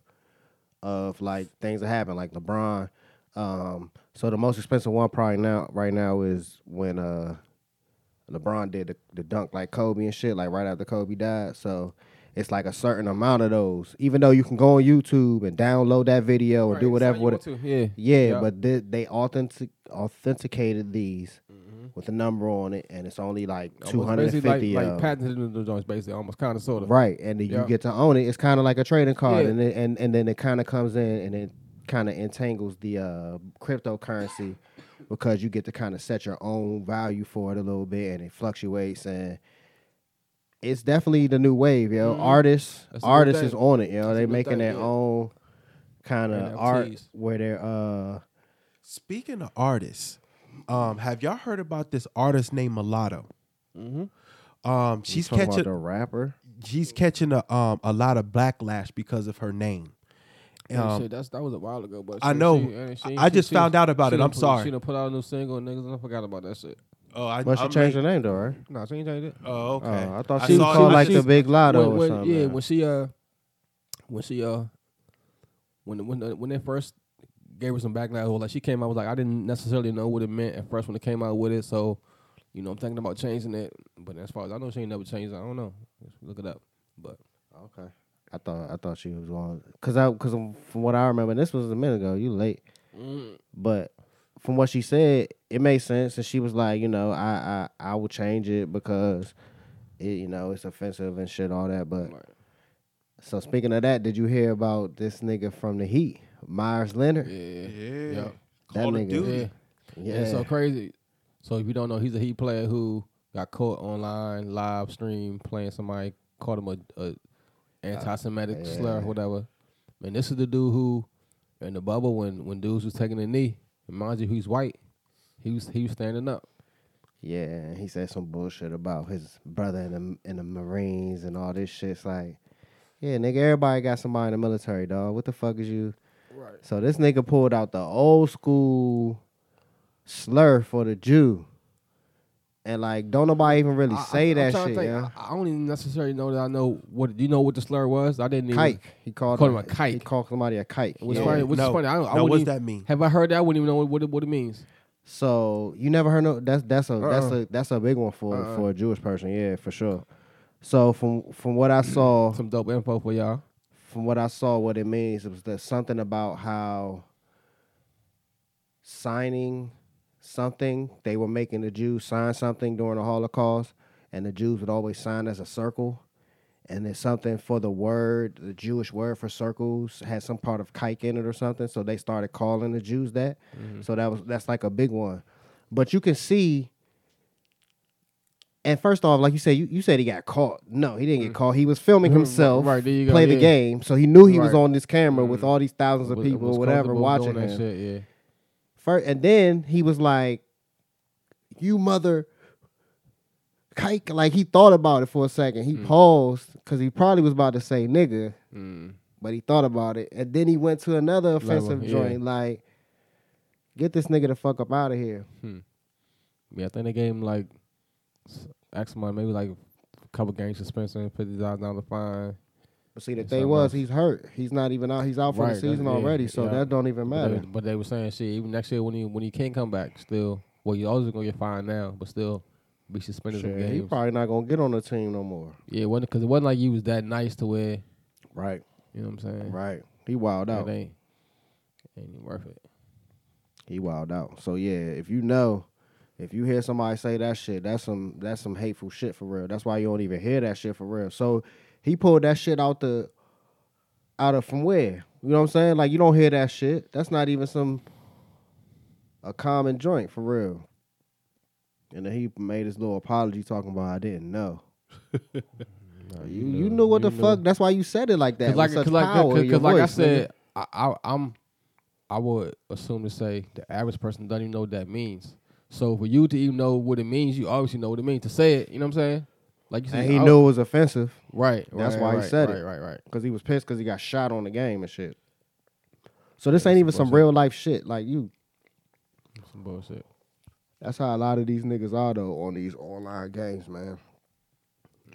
D: of like things that happen, like LeBron. Um, so the most expensive one probably now right now is when uh LeBron did the, the dunk like Kobe and shit, like right after Kobe died. So it's like a certain amount of those. Even though you can go on YouTube and download that video and do whatever with it.
A: Yeah,
D: Yeah, but they, they authentic authenticated these with a number on it, and it's only like two
A: Almost
D: hundred and
A: Mm-hmm. basically
D: fifty
A: like,
D: of
A: like
D: them.
A: patented the joints, basically almost kind of sort of.
D: right, and then
A: Yeah.
D: you get to own it. It's kind of like a trading card,
A: Yeah.
D: and it, and and then it kind of comes in and it kind of entangles the uh, cryptocurrency because you get to kind of set your own value for it a little bit, and it fluctuates and. It's definitely the new wave, yo. Artists,
A: Mm-hmm. That's a new
D: artists
A: thing.
D: is on it, yo.
A: That's a
D: they
A: new
D: making
A: thing,
D: their
A: yeah.
D: own kind of art
A: NFTs.
D: where they're uh
B: Speaking of artists, um, have y'all heard about this artist named Mulatto? Um, she's
D: Mm-hmm. talking about
B: catching
D: the rapper.
B: she's catching a um a lot of backlash because of her name.
A: Yeah,
B: Um,
A: shit, that's, that was a while ago, but
B: I
A: shit,
B: know.
A: she- and she-
B: I
A: she-
B: just
A: she-
B: found out about
A: she
B: it.
A: done
B: I'm
A: put-
B: sorry.
A: She done put out a new single, and niggas. I forgot about that shit.
B: oh, I,
D: But she
B: I'm
D: changed her
B: like-
D: name though, right?
A: No, she ain't changed it.
B: Oh, okay.
D: Oh, I thought
B: I
D: she
B: saw-
D: was called
A: she-
D: like
A: she-
D: the Big Lotto
A: when,
D: or
A: when-
D: something.
A: yeah, when she uh, when she uh, when when uh, when they first gave her some backlash, well, like she came out was like I didn't necessarily know what it meant at first when it came out with it, so you know I'm thinking about changing it. But as far as I know, she ain't never changed. it. I don't know. Just look it up. But
D: okay. I thought I thought she was on because I because from what I remember, this was a minute ago. You late, Mm. but from what she said, it made sense. And she was like, you know, I I I will change it because it you know it's offensive and shit all that. But
A: Right.
D: so speaking of that, did you hear about this nigga from the Heat, Myers Leonard?
A: yeah,
B: Yeah.
A: Yeah.
D: That
B: Call of
D: nigga.
B: Duty.
A: yeah. Yeah. It's so crazy. So if you don't know, he's a Heat player who got caught online live stream playing somebody called him a, a anti-Semitic slur or
D: yeah.
A: whatever. And this is the dude who in the bubble when when dudes was taking a knee. And mind you, he's white. He was he was standing up.
D: Yeah, and he said some bullshit about his brother in the in the Marines and all this shit. It's like, yeah, nigga, everybody got somebody in the military, dog. What the fuck is you?
A: Right.
D: So this nigga pulled out the old school slur for the Jew, and like, don't nobody even really say
A: I'm
D: that
A: trying to
D: shit,
A: think.
D: yeah.
A: I, I don't even necessarily know that I know what. Do you know what the slur was? I didn't even.
D: Kike, he called,
A: Called him a
D: He
A: kike.
D: called somebody a kike.
A: Which
D: yeah.
A: funny. Which
B: No.
A: is funny. I don't. I
B: Now,
A: wouldn't
B: what's
A: even-
B: that mean?
A: Have I heard that? I wouldn't even know what it, what it means.
D: So you never heard no that's that's a that's
A: Uh-uh.
D: a that's a big one for for a Jewish person, yeah, for sure. So from from what I saw,
A: Some dope info for y'all.
D: from what I saw, what it means it was that something about how signing something they were making the Jews sign something during the Holocaust, and the Jews would always sign as a circle, and then something for the word, the Jewish word for circles had some part of kike in it or something, so they started calling the Jews that.
A: Mm-hmm.
D: So that was that's like a big one, but you can see. And first off, like you said, you, you said he got caught. No, he didn't get caught. He was filming himself
A: Mm. Right, there you go,
D: play the
A: yeah.
D: game, so he knew he was
A: Right.
D: on this camera with all these thousands of
A: Was-
D: people,
A: was
D: or whatever,
A: comfortable
D: watching
A: doing that
D: him.
A: shit, yeah.
D: First, and then he was like, "You mother." Kike, like he thought about it for a second.
A: Hmm.
D: He paused because he probably was about to say nigga,
A: Mm.
D: but he thought about it, and then he went to another offensive
A: yeah.
D: joint. Like, get this nigga the fuck up out of here.
A: Yeah, I think they gave him like s- X amount, maybe like a couple game suspension, fifty thousand dollar fine.
D: But see, the
A: It's
D: thing
A: not
D: was,
A: rough.
D: he's hurt. He's not even out. He's out for
A: Right,
D: the
A: that-
D: season
A: yeah,
D: already, so
A: yeah.
D: that don't even
A: But they,
D: matter.
A: but they were saying shit. Even next year when he when he can come back, still, well, you always gonna get fined now, but still be suspended
D: Shit,
A: from
D: he
A: games.
D: probably not gonna get on the team no more.
A: yeah, it wasn't because it wasn't like you was that nice to where
D: Right.
A: You know what I'm saying?
D: Right. He wild out.
A: It ain't ain't even worth it.
D: He wild out. So yeah, if you know, if you hear somebody say that shit, that's some that's some hateful shit for real. That's why you don't even hear that shit for real. So he pulled that shit out the out of from where? You know what I'm saying? Like you don't hear that shit. That's not even some a common joint for real. And then he made his little apology talking about I didn't
A: *laughs*
D: know. you, you knew what the fuck. That's why you said it like that.
A: Cause like,
D: with such
A: cause like,
D: power in
A: cause,
D: your
A: 'cause like I
D: voice, nigga.
A: said, I, I, I'm, I would assume to say the average person doesn't even know what that means. So for you to even know what it means, you obviously know what it means to say it. You know what I'm saying? Like you said,
D: and he
A: I-
D: knew it was offensive
A: Right.
D: That's
A: right,
D: why he
A: right,
D: said
A: right,
D: it.
A: Right. Right.
D: because he was pissed because he got shot on the game and shit. So this
A: Yeah,
D: ain't
A: that's
D: even
A: some
D: some
A: bullshit.
D: real life shit. Like you,
A: Some bullshit.
D: that's how a lot of these niggas are though on these online games, man.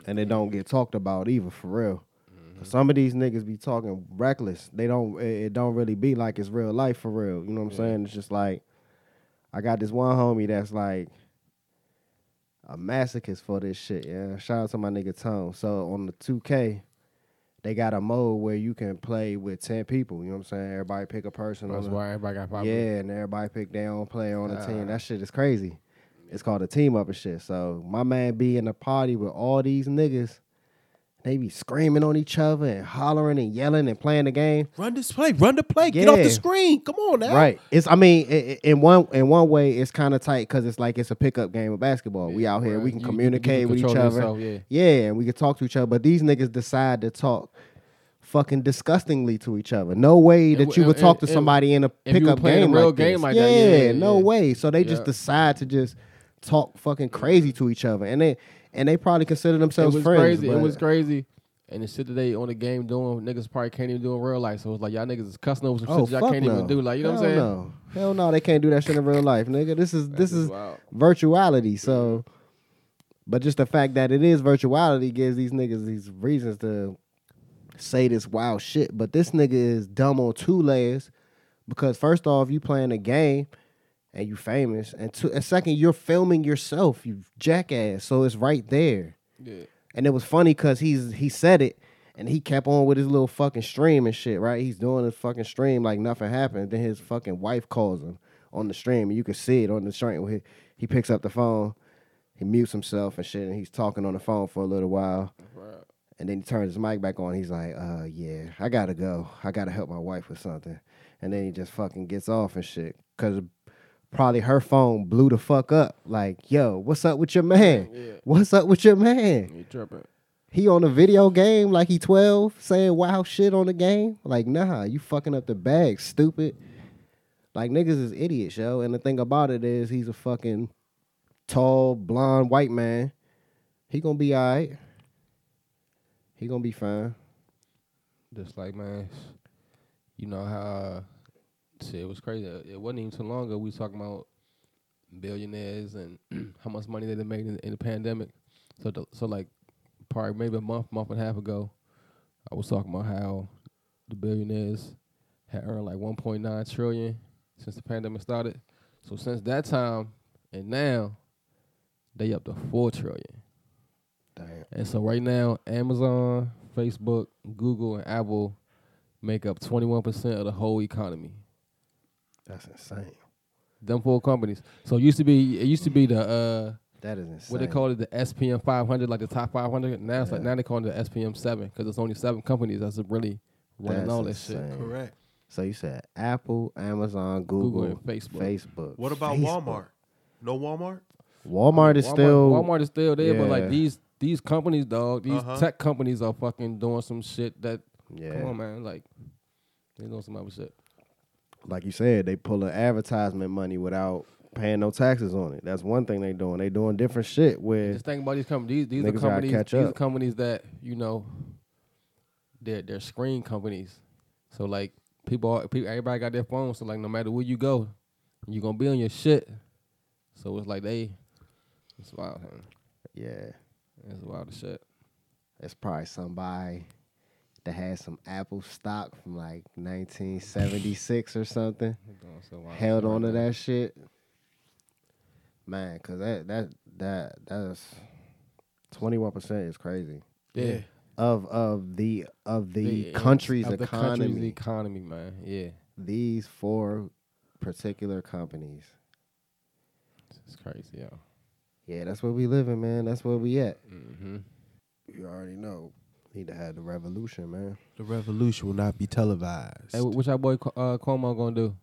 D: And they don't get talked about either for real.
A: Mm-hmm.
D: Some of these niggas be talking reckless. They don't. It, it don't really be like it's real life for real. You know what I'm
A: Yeah.
D: saying? It's just like I got this one homie that's like a masochist for this shit. Yeah. Shout out to my nigga Tone. So on the 2K, they got a mode where you can play with 10 people. You know what I'm saying? Everybody pick a person.
A: That's
D: on the-
A: why everybody got five.
D: yeah, and everybody pick their own player on the
A: Ah.
D: team. That shit is crazy. It's called a team up and shit. So my man be in a party with all these niggas. They be screaming on each other and hollering and yelling and playing the game.
B: Run this play. Run the play. Get off
D: Yeah.
B: the screen. Come on now.
D: Right. It's I mean, i- i- in one in one way, it's kind of tight because it's like it's a pickup game of basketball. we out here,
A: right.
D: we can
A: You- you- you
D: communicate
A: can
D: with each
A: control
D: other.
A: yourself, yeah.
D: yeah, and we can talk to each other. But these niggas decide to talk fucking disgustingly to each other. No way that
A: w-
D: you would
A: and-
D: talk
A: and-
D: to
A: and
D: somebody in a
A: if you were
D: pickup
A: playing a
D: game,
A: real
D: like
A: game
D: this.
A: like
D: yeah,
A: that, yeah, yeah,
D: no
A: yeah.
D: way. So they
A: Yeah.
D: just decide to just talk fucking crazy to each other, and they and they probably consider
A: It
D: themselves
A: was
D: friends.
A: crazy. It
D: but-
A: was crazy. And the shit that they on the game doing, niggas probably can't even do in real life. So it's like y'all niggas is cussing over some
D: Oh,
A: shit y'all
D: fuck
A: can't
D: no.
A: even do. Like you know
D: Hell
A: what I'm saying?
D: No. Hell no, they can't do that shit in real life, nigga. This is this
A: shit's
D: is
A: wild.
D: virtuality. So, but just the fact that it is virtuality gives these niggas these reasons to say this wild shit. But this nigga is dumb on two layers because first off, you playing a game and you famous, and two, and second, you're filming yourself, you jackass. So it's right there.
A: Yeah.
D: And it was funny because he's he said it and he kept on with his little fucking stream and shit, right? He's doing his fucking stream like nothing happened. Then his fucking wife calls him on the stream, and you can see it on the stream. He, he picks up the phone, he mutes himself and shit, and he's talking on the phone for a little while.
A: Right.
D: And then he turns his mic back on. He's like, uh, yeah, I gotta go. I gotta help my wife with something. And then he just fucking gets off and shit. Cause probably her phone blew the fuck up. Like, yo, what's up with your man?
A: Yeah.
D: What's up with your man?
A: You tripping?
D: He on a video game like he 12, saying wild shit on the game. Like, nah, you fucking up the bag, stupid. Like, niggas is idiots, yo. And the thing about it is, he's a fucking tall, blonde, white man. He gonna be all right. He gonna be fine.
A: Just like man, you know how uh, shit it was crazy. Uh, It wasn't even too long ago we was talking about billionaires and *clears throat* how much money they done made in, in the pandemic. So the, so like probably maybe a month, month and a half ago, I was talking about how the billionaires had earned like 1.9 trillion since the pandemic started. So since that time and now, they up to four trillion.
D: Damn.
A: And so right now, Amazon, Facebook, Google, and Apple make up 21% of the whole economy.
D: That's insane.
A: Them four companies. So it used to be it used to be the uh
D: That is insane.
A: what they call it the SPM 500, like the top 500. Now it's like
D: Yeah.
A: now they calling it the SPM 7 because it's only seven companies that's really running
D: That's
A: all this shit.
D: insane.
B: Correct.
D: So you said Apple, Amazon,
A: Google
D: Google,
A: and Facebook.
D: Facebook.
B: What about
D: Facebook.
B: Walmart? No Walmart?
D: Walmart is still
A: Walmart is still there, but
D: Yeah.
A: like these these companies, dog, these
B: Uh-huh.
A: tech companies are fucking doing some shit that
D: Yeah.
A: come on, man, like they doing some other shit.
D: like you said, they pulling advertisement money without paying no taxes on it. That's one thing they doing. They doing different shit where
A: Just think about these companies. These, these
D: Niggas
A: are
D: gotta
A: companies.
D: catch
A: these are
D: up.
A: companies that you know. They're they're screen companies, so like people, are, people, everybody got their phones. So like, no matter where you go, you gonna be on your shit. So it's like they, it's wild, man.
D: yeah,
A: It's wild as shit.
D: it's probably somebody that had some Apple stock from like 1976 or something. held on to that shit. Man, cause that that that that's twenty one percent is crazy.
A: Yeah.
D: of of the of the,
A: The-
D: country's
A: of the
D: economy.
A: country's economy, man. Yeah,
D: These four particular companies.
A: it's crazy, yo.
D: Yeah, that's where we living, man. That's where we at.
A: Mm-hmm.
D: You already know. Need to have the revolution, man.
B: The revolution will not be televised.
A: Hey, wh- what y'all boy Co- uh, Cuomo gonna do?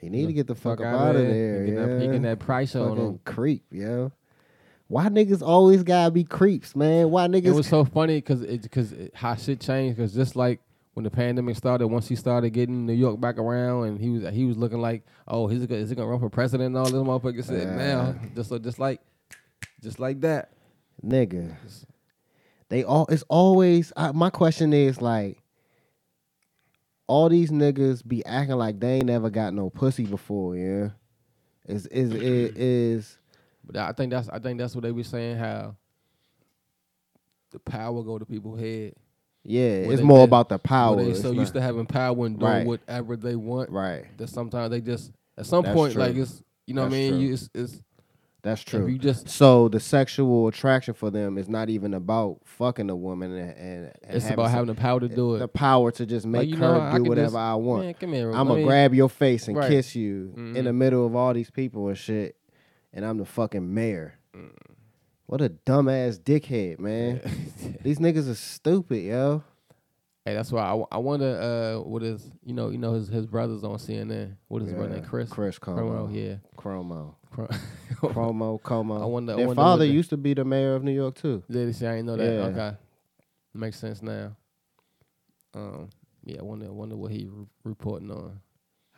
D: He need to get the fuck,
A: outta
D: up out of there.
A: He
D: yeah.
A: getting that, he getting that price on
D: fucking
A: him.
D: creep, yo. Why niggas always gotta be creeps, man? Why
A: It
D: niggas?
A: was so funny because because how shit changed. Because just like when the pandemic started, once he started getting New York back around, and he was he was looking like, oh, he's gonna, is he gonna run for president? and All this motherfucker said
D: Yeah.
A: now, just so just like, just like that.
D: nigga. They all. It's always. I, my question is like, all these niggas be acting like they ain't never got no pussy before. Yeah, is is is, is
A: But I think that's I think that's what they be saying how the power go to people's head.
D: yeah.
A: Well,
D: it's
A: they-
D: more
A: they-
D: about the power.
A: Well, they
D: It's
A: so
D: not-
A: used to having power and doing
D: Right.
A: whatever they want
D: right.
A: that sometimes they just at some
D: That's
A: point
D: true.
A: like it's you know what I
D: That's
A: mean
D: true.
A: you, it's, it's
D: That's
A: if you
D: true.
A: just
D: So the sexual attraction for them is not even about fucking a woman and, and, and
A: it's about
D: sex-
A: having the power to do it.
D: the power to just make
A: you know,
D: her
A: I
D: do
A: could
D: whatever
A: just-
D: I want.
A: Man, come here.
D: I'm
A: I
D: gonna
A: mean,
D: grab your face and
A: Right. Mm-hmm.
D: kiss you in the middle of all these people and shit, and I'm the fucking mayor.
A: Mm.
D: What a dumbass dickhead, man.
A: *laughs*
D: these niggas are stupid, yo.
A: Hey, that's why I, w- I wonder uh, what is you know you know his his brothers on CNN. What is his brother
D: Yeah,
A: name? Chris.
D: Chris Uh-huh. Cuomo.
A: Cuomo, yeah.
D: Chromo.
A: Cro- *laughs*
D: Promo, Como.
A: I wonder- I
D: Their
A: wonder what
D: father
A: the-
D: used to be the mayor of New York too.
A: Yeah, this year I ain't know that.
D: Yeah.
A: Okay, makes sense now. Um, yeah, I wonder wonder what he re- reporting on.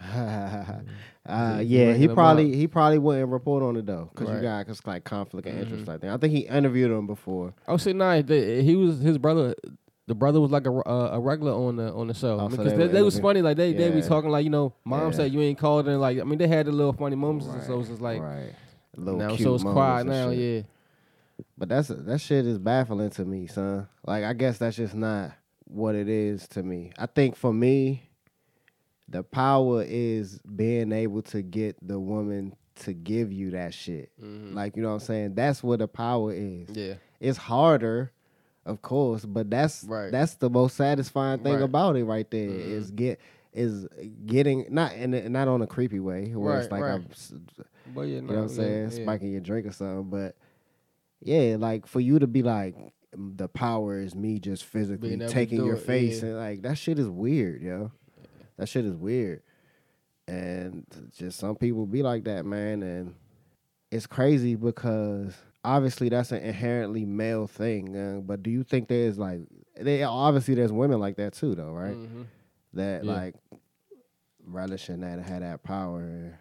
D: *laughs* uh,
A: He- he
D: yeah,
A: waking
D: he
A: them
D: probably he probably wouldn't report on it though, cause you
A: Right. Mm-hmm.
D: got cause like conflict of interest like that. I think he interviewed him before.
A: Oh shit, nah, they, he was his brother. The brother was like a, re- uh, a regular on the on the show
D: Oh, so
A: because
D: they
A: they,
D: were
A: they was
D: interview-
A: funny. Like they they be
D: Yeah.
A: talking like you know, mom
D: Yeah.
A: said you ain't called and like I mean they had the little funny moments and so it's just like
D: right. Little
A: now
D: cute
A: so it's
D: moments
A: quiet
D: and
A: now.
D: shit.
A: Yeah,
D: But that's that shit is baffling to me, son. Like I guess that's just not what it is to me. I think for me, the power is being able to get the woman to give you that shit.
A: Mm-hmm.
D: Like you know what I'm saying? That's what the power is.
A: yeah.
D: It's harder, of course, but that's
A: Right.
D: that's the most satisfying thing
A: Right. Mm-hmm.
D: about it right there. Is get is getting not in a- not on a creepy way where it's
A: Right,
D: like
A: right.
D: I'm s-
A: But yeah,
D: you
A: nah,
D: know what I'm
A: yeah,
D: saying?
A: yeah.
D: Spiking your drink or something. But yeah, like for you to be like, "Mm, the power is me just physically
A: Being able to
D: taking
A: do
D: your
A: it,
D: face
A: yeah.
D: and like that shit is weird, yo. That shit is weird. And just some people be like that, man. And it's crazy because obviously that's an inherently male thing. uh, but do you think there's like, they obviously there's women like that too, though, right?
A: Mhm.
D: that
A: Yeah.
D: like relishing that had that power.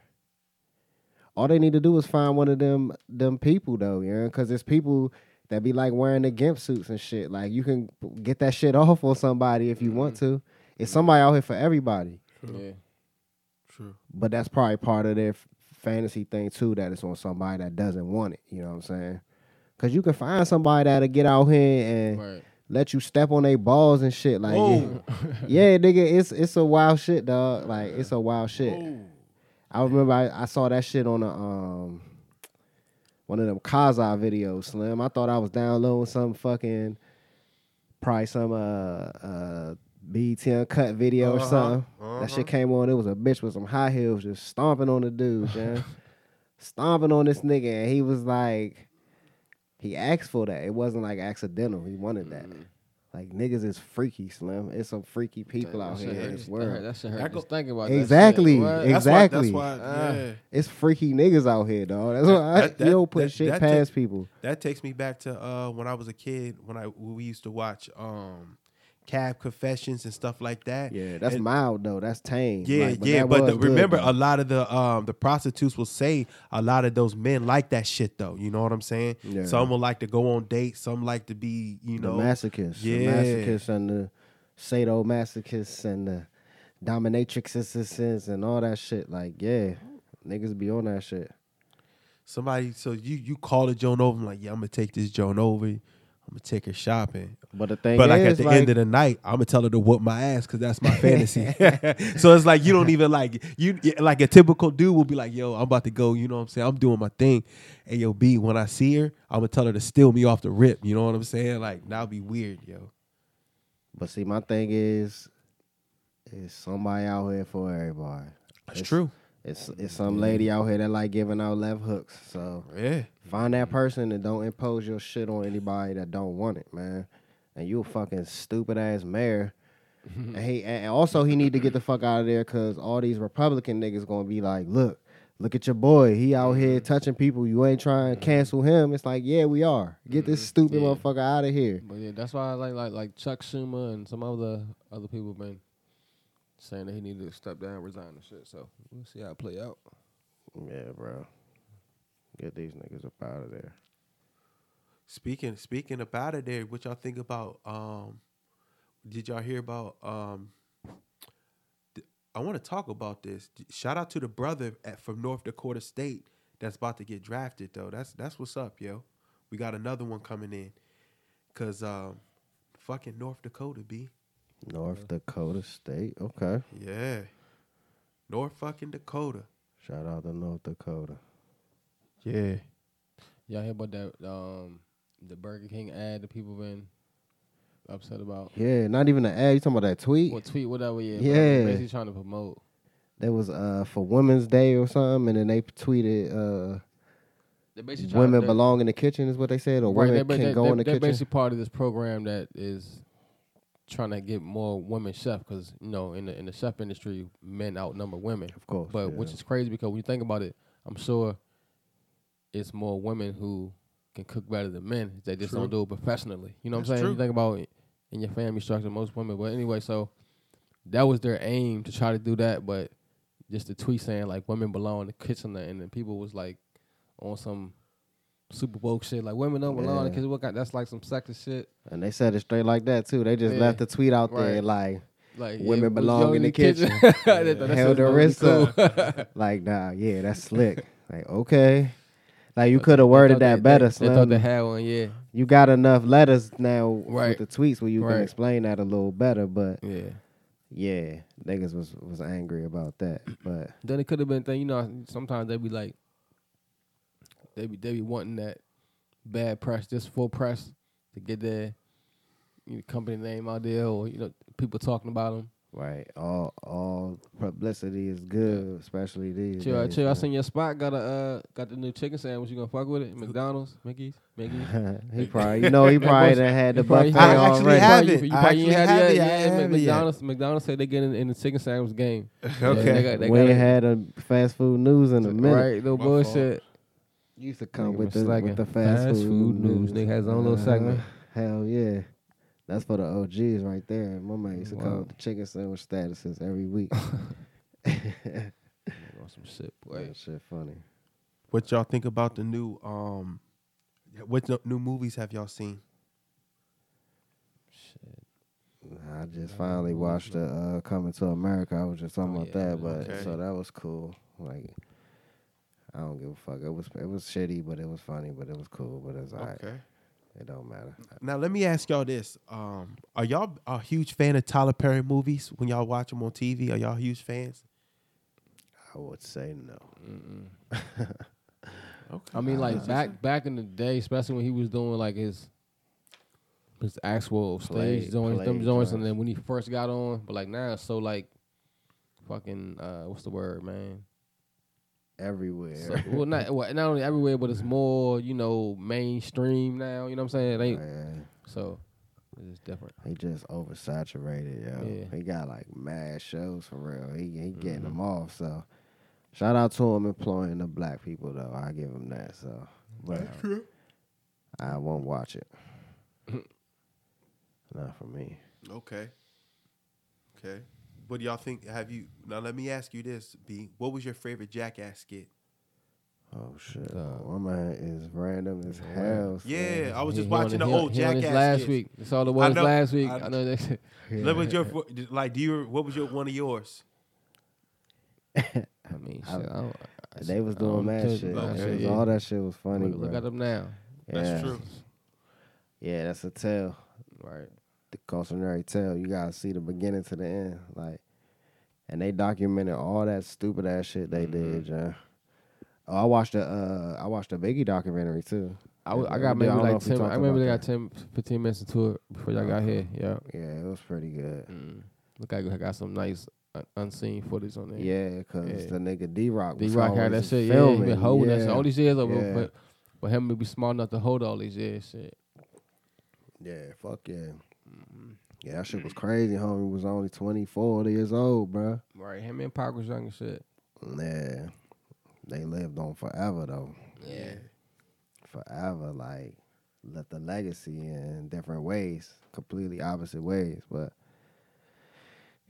D: All they need to do is find one of them them people though, yeah, because there's people that be like wearing the gimp suits and shit. Like you can get that shit *laughs* off on somebody if you want to. It's somebody out here for everybody,
A: Yeah.
B: True.
D: but that's probably part of their f- fantasy thing too. That it's on somebody that doesn't want it. You know what I'm saying? Because you can find somebody that'll get out here and
A: Right.
D: let you step on their balls and shit. Like,
B: Whoa.
D: yeah, nigga, it's it's a wild shit, dog. Like, it's a wild shit.
B: Whoa.
D: I remember I, I saw that shit on a um one of them Kaza videos, Slim. I thought I was downloading some fucking probably some uh uh BET uncut video or
B: Uh-huh,
D: something. That
B: uh-huh.
D: shit came on. It was a bitch with some high heels just stomping on
B: *laughs*
D: the dude, yeah, stomping on this nigga, and he was like, he asked for that. It wasn't like accidental. He wanted that.
B: Mm-hmm.
D: Like niggas is freaky, Slim. It's some freaky people out
A: That
D: here in
A: shit hurt.
D: this
A: That hurt.
D: world.
A: That shit hurt.
B: That go-
A: Just thinking about
D: Exactly.
A: That shit. What?
D: Ex- Exactly.
B: That's why. That's why
A: Ah.
B: yeah.
D: It's freaky niggas out here, dog. That's why I,
B: That- that-
D: *laughs* you don't put
B: that-
D: shit
B: that
D: past
B: take-
D: people.
B: That takes me back to uh, when I was a kid when I when we used to watch um, Cab Confessions and stuff like that.
D: Yeah, that's
B: And-
D: mild though. That's tame.
B: Yeah,
D: Like,
B: yeah,
D: that
B: but
D: was
B: the,
D: good,
B: remember,
D: though.
B: a lot of the um the prostitutes will say a lot of those men like that shit though. You know what I'm saying?
D: Yeah.
B: Some will like to go on dates. Some like to be, you know,
D: the masochists,
B: Yeah.
D: the masochists, and the sadomasochists and the dominatrixes and all that shit. Like, yeah, niggas be on that shit.
B: somebody. So you you call a Joan over, I'm like, yeah, I'm gonna take this Joan over. I'm I'm gonna take her shopping.
D: But the thing
B: but like
D: is,
B: at the end of the night, I'm gonna tell her to whoop my ass because that's *laughs* my fantasy. so it's like you don't even like you like a typical dude will be like, "Yo, I'm about to go." You know what I'm saying? I'm doing my thing. And yo, B, when I see her, I'm gonna tell her to steal me off the rip. You know what I'm saying? Like that'll be weird, yo.
D: but see, my thing is, is somebody out here for everybody.
B: That's
D: It's-
B: true.
D: It's it's some lady out here that like giving out left hooks. So
B: Yeah.
D: find that person and don't impose your shit on anybody that don't want it, man. And you a fucking stupid ass mayor. and he and also he need to get the fuck out of there because all these Republican niggas gonna be like, look, look at your boy. He out here touching people. You ain't trying to cancel him. It's like, yeah, we are. Get this stupid
A: Yeah.
D: motherfucker out of here.
A: But yeah, that's why I like like like Chuck Schumer and some other other people been saying that he needed to step down, resign and shit. So we'll see how it play out.
D: Yeah, bro. Get these niggas up out of there.
B: Speaking speaking about it there, what y'all think about um did y'all hear about um th- I want to talk about this. D- Shout out to the brother at, from North Dakota State that's about to get drafted though. That's that's what's up, yo. We got another one coming in. Cuz um fucking North Dakota B.
D: North Dakota State. Okay.
B: Yeah. North fucking Dakota.
D: Shout out to North Dakota.
B: Yeah.
A: Y'all hear about that um the Burger King ad that people been upset about?
D: Yeah, not even an ad. You talking about that tweet?
A: Well, tweet whatever. Yeah, but
D: Yeah.
A: Basically trying to promote.
D: That was uh for Women's Day or something, and then they tweeted uh
A: They basically trying-
D: women
A: they-
D: belong in the kitchen is what they said, or
A: Right,
D: women
A: they,
D: can
A: they,
D: go
A: they,
D: in the
A: they
D: kitchen.
A: basically part of this program that is trying to get more women chef because you know in the in the chef industry men outnumber women.
D: Of course,
A: but
D: yeah.
A: which is crazy because when you think about it, I'm sure it's more women who can cook better than men. They just don't do it professionally. You know what I'm
B: That's
A: saying? You
B: true.
A: think about it in your family structure, most women. But anyway, so that was their aim to try to do that, but just the tweet saying like women belong in the kitchen, and then people was like on some Super Bowl shit like women don't belong in the
D: Yeah.
A: kitchen. What kind? That's like some sexist shit.
D: and they said it straight like that too. They just
A: Yeah.
D: left the tweet out there
A: Right.
D: like
A: Like
D: Women
A: we
D: belong
A: go
D: in the
A: *laughs* I
D: kitchen.
A: thought *laughs* that shit
D: held
A: was
D: the
A: gonna be
D: wrist
A: cool. *laughs*
D: up. like nah, yeah, that's slick. like okay. Like you
A: But
D: could
A: they
D: have worded
A: thought they-
D: that better,
A: They, they thought they
D: Slim.
A: had one. Yeah,
D: You got enough letters now
A: Right.
D: with the tweets where you
A: Right.
D: can explain that a little better. But
A: yeah.
D: yeah, niggas was was angry about that. But
A: Then it could have been thing, you know. Sometimes they be like, they be they be wanting that bad press, just full press to get their you know, company name out there, or you know, people talking about them.
D: right, all all publicity is good, especially these.
A: Chill,
D: days,
A: chill. I
D: man.
A: seen your spot. Got a uh, got the new chicken sandwich. You gonna fuck with it? McDonald's, Mickey's,
D: *laughs*
A: Mickey's.
D: he probably, you know, *laughs* he probably done had the buffet
B: I actually
D: already.
B: have
A: You
B: it.
A: probably,
B: I
A: ain't
B: actually
A: had
B: have
A: it
B: it. I
A: yet. Yeah,
B: have it yet.
A: McDonald's, McDonald's said they get in, in the chicken sandwich game. Yeah, they
B: *laughs* Okay.
A: got, they
D: we ain't
A: got it.
D: had a fast food news in a minute.
A: Right, little
B: My fault.
A: bullshit.
D: Used to come
A: Nigga
D: with
A: was
D: the
A: slacking.
D: with the fast,
A: Fast food news. Nigga had his own little segment.
D: Uh-huh. Hell yeah, that's for the OGs right there. My man used to
A: Wow.
D: call it the chicken sandwich statuses every week.
A: On some shit, boy.
D: that shit funny.
B: What y'all think about the new um what no- new movies have y'all seen?
D: I just finally watched the uh, Coming to America. I was just talking
A: Oh,
D: about
A: yeah,
D: that, but
B: okay.
D: so that was cool. Like, I don't give a fuck. It was it was shitty, but it was funny, but it was cool, but it's alright. It don't matter.
B: Now let me ask y'all this: um, Are y'all a huge fan of Tyler Perry movies? When y'all watch them on TV, are y'all huge fans?
D: I would say no.
B: Okay.
A: I mean, like back back in the day, especially when he was doing like his his actual
D: Play-
A: stage joints, them
D: play
A: joints, and
D: joints.
A: then when he first got on. But like now, it's so like fucking uh, what's the word, man?
D: Everywhere. *laughs*
A: So, well, not well, not only everywhere, but it's more you know mainstream now. You know what I'm saying? It ain't
D: yeah.
A: so it's different.
D: He just oversaturated, yo.
A: Yeah. Mm-hmm.
D: He got like mad shows for real. He he getting them off. So shout out to him employing the black people though. I give him that. So but I won't watch
A: *laughs*
D: it. Not for me.
B: okay, okay. What do y'all think? Have you now? Let me ask you this: B, what was your favorite Jackass skit?
D: Oh shit.
A: Uh,
D: My man is random as hell. son.
B: Yeah, I was
A: He-
B: just
A: he on
B: watching
A: it-
B: the
A: he on-
B: old
A: he on this
B: Jackass
A: last
B: skits.
A: week. It's all the ones
B: know-
A: last week.
B: I-
A: I know that.
B: What was your like? Do you what was your one of yours?
A: I mean, shit, I, don't- I-
D: They was
A: I don't
D: doing mad
A: judge
D: shit.
A: nobody,
D: That shit was-
A: yeah.
D: All that shit was funny.
A: Look, look
D: bro.
A: at them now.
B: That's
D: Yeah.
B: true.
D: Yeah, that's a tell.
A: Right.
D: The cautionary tale. You gotta see the beginning to the end. Like and they documented all that stupid ass shit they did,
A: Mm-hmm.
D: yeah. Oh, I watched the uh I watched the Biggie documentary too.
A: I, was, I
D: Yeah,
A: got
D: we did.
A: maybe
D: I don't know
A: like
D: if we
A: 10,
D: talked
A: I remember
D: about
A: they got 10, 15 minutes into it before y'all got here. Yeah.
D: Yeah, it was pretty good.
A: Look, I got some nice uh, unseen footage on there.
D: Yeah, cause
A: Yeah.
D: the nigga D Rock
A: D
D: was
A: Rock had that
D: always
A: shit. Yeah, he
D: filming.
A: been holding that shit all these years over.
D: Yeah.
A: But, but him to be smart enough to hold all these years, shit.
D: Yeah, fuck yeah.
A: Mm-hmm.
D: Yeah, that shit was crazy, homie. Was only 24 years old, bruh.
A: Right. Him and Pac was young and shit.
D: Yeah. They lived on forever, though.
A: Yeah.
D: Forever. Like, left the legacy in different ways, completely opposite ways. But,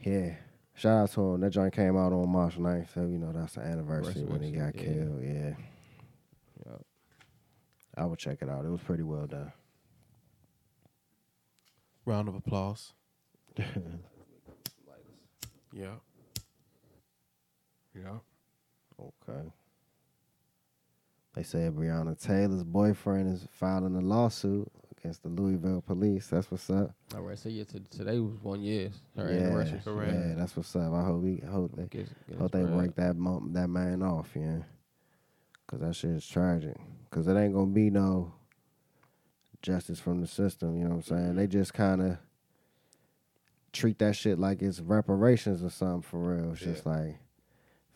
D: yeah. Shout out to him. That joint came out on March 9th, so, you know, that's the anniversary when he got
A: Anniversary, yeah.
D: killed. Yeah.
A: Yup.
D: I would check it out. It was pretty well done.
B: Round of *laughs* applause. yeah. Yeah.
D: Okay. They said Breonna Taylor's boyfriend is filing a lawsuit against the Louisville police. That's what's up.
A: All right. So yeah, t- today was one year. Her
D: yeah,
A: anniversary.
B: correct.
D: yeah, that's what's up. I hope we hope they
A: Get- get
D: hope they
A: spread.
D: work that mom, that man off, yeah. Cause that shit is tragic. Cause it ain't gonna be no justice from the system. You know what I'm saying? They just kind of treat that shit like it's reparations or something for real. It's just like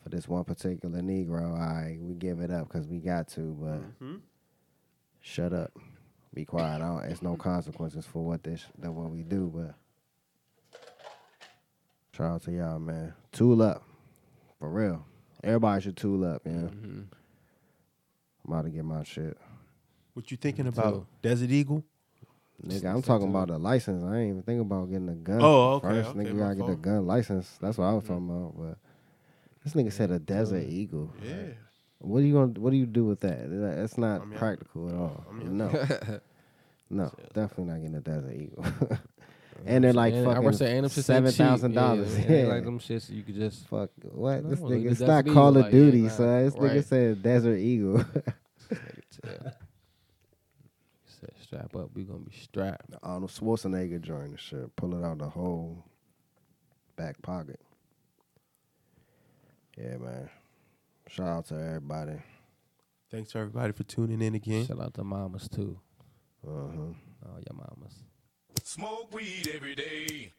D: for this one particular Negro, all right, we give it up because we got to, but shut up, be quiet. I don't, it's no consequences for what this that what we do, but. Shout out to y'all, man. Tool up. For real. Everybody should tool up, yeah.
B: Mm-hmm.
A: Mm-hmm.
D: I'm about to get my shit.
B: What you thinking
A: too.
B: about? Desert Eagle?
D: Nigga, I'm talking about the license. I ain't even thinking about getting a gun.
B: Oh, okay,
D: First,
B: okay,
D: nigga, we
B: my
D: gotta get a
B: fault. Mm-hmm.
D: gun license. That's what I was talking about. But this nigga said a desert eagle.
B: Yeah.
D: What are you gonna? What do you do with that? That- That's not
B: I mean, I-
D: practical at all.
B: I mean,
D: no, *laughs* no, definitely not getting a desert eagle. *laughs* and they're like
A: And I
D: fucking
A: would say, and them shits ain't
D: seven
A: cheap.
D: thousand dollars. *laughs*
A: Yeah, it ain't like them shits you could just
D: Fuck what?
A: No,
D: this
A: like
D: nigga,
A: the
D: it's
A: Desert
D: not
A: Eagle,
D: Call of
A: like, yeah,
D: Duty,
A: nah,
D: son. This nigga
A: right.
D: said Desert Eagle. *laughs*
A: Said, strap up. We gonna be strapped.
D: Arnold Schwarzenegger joined the shit, pull it out the whole back pocket. Yeah, man. Shout out to everybody.
B: Thanks to everybody for tuning in again.
A: Shout out to mamas too.
D: Uh huh.
A: Oh, your mamas.
C: Smoke weed every day.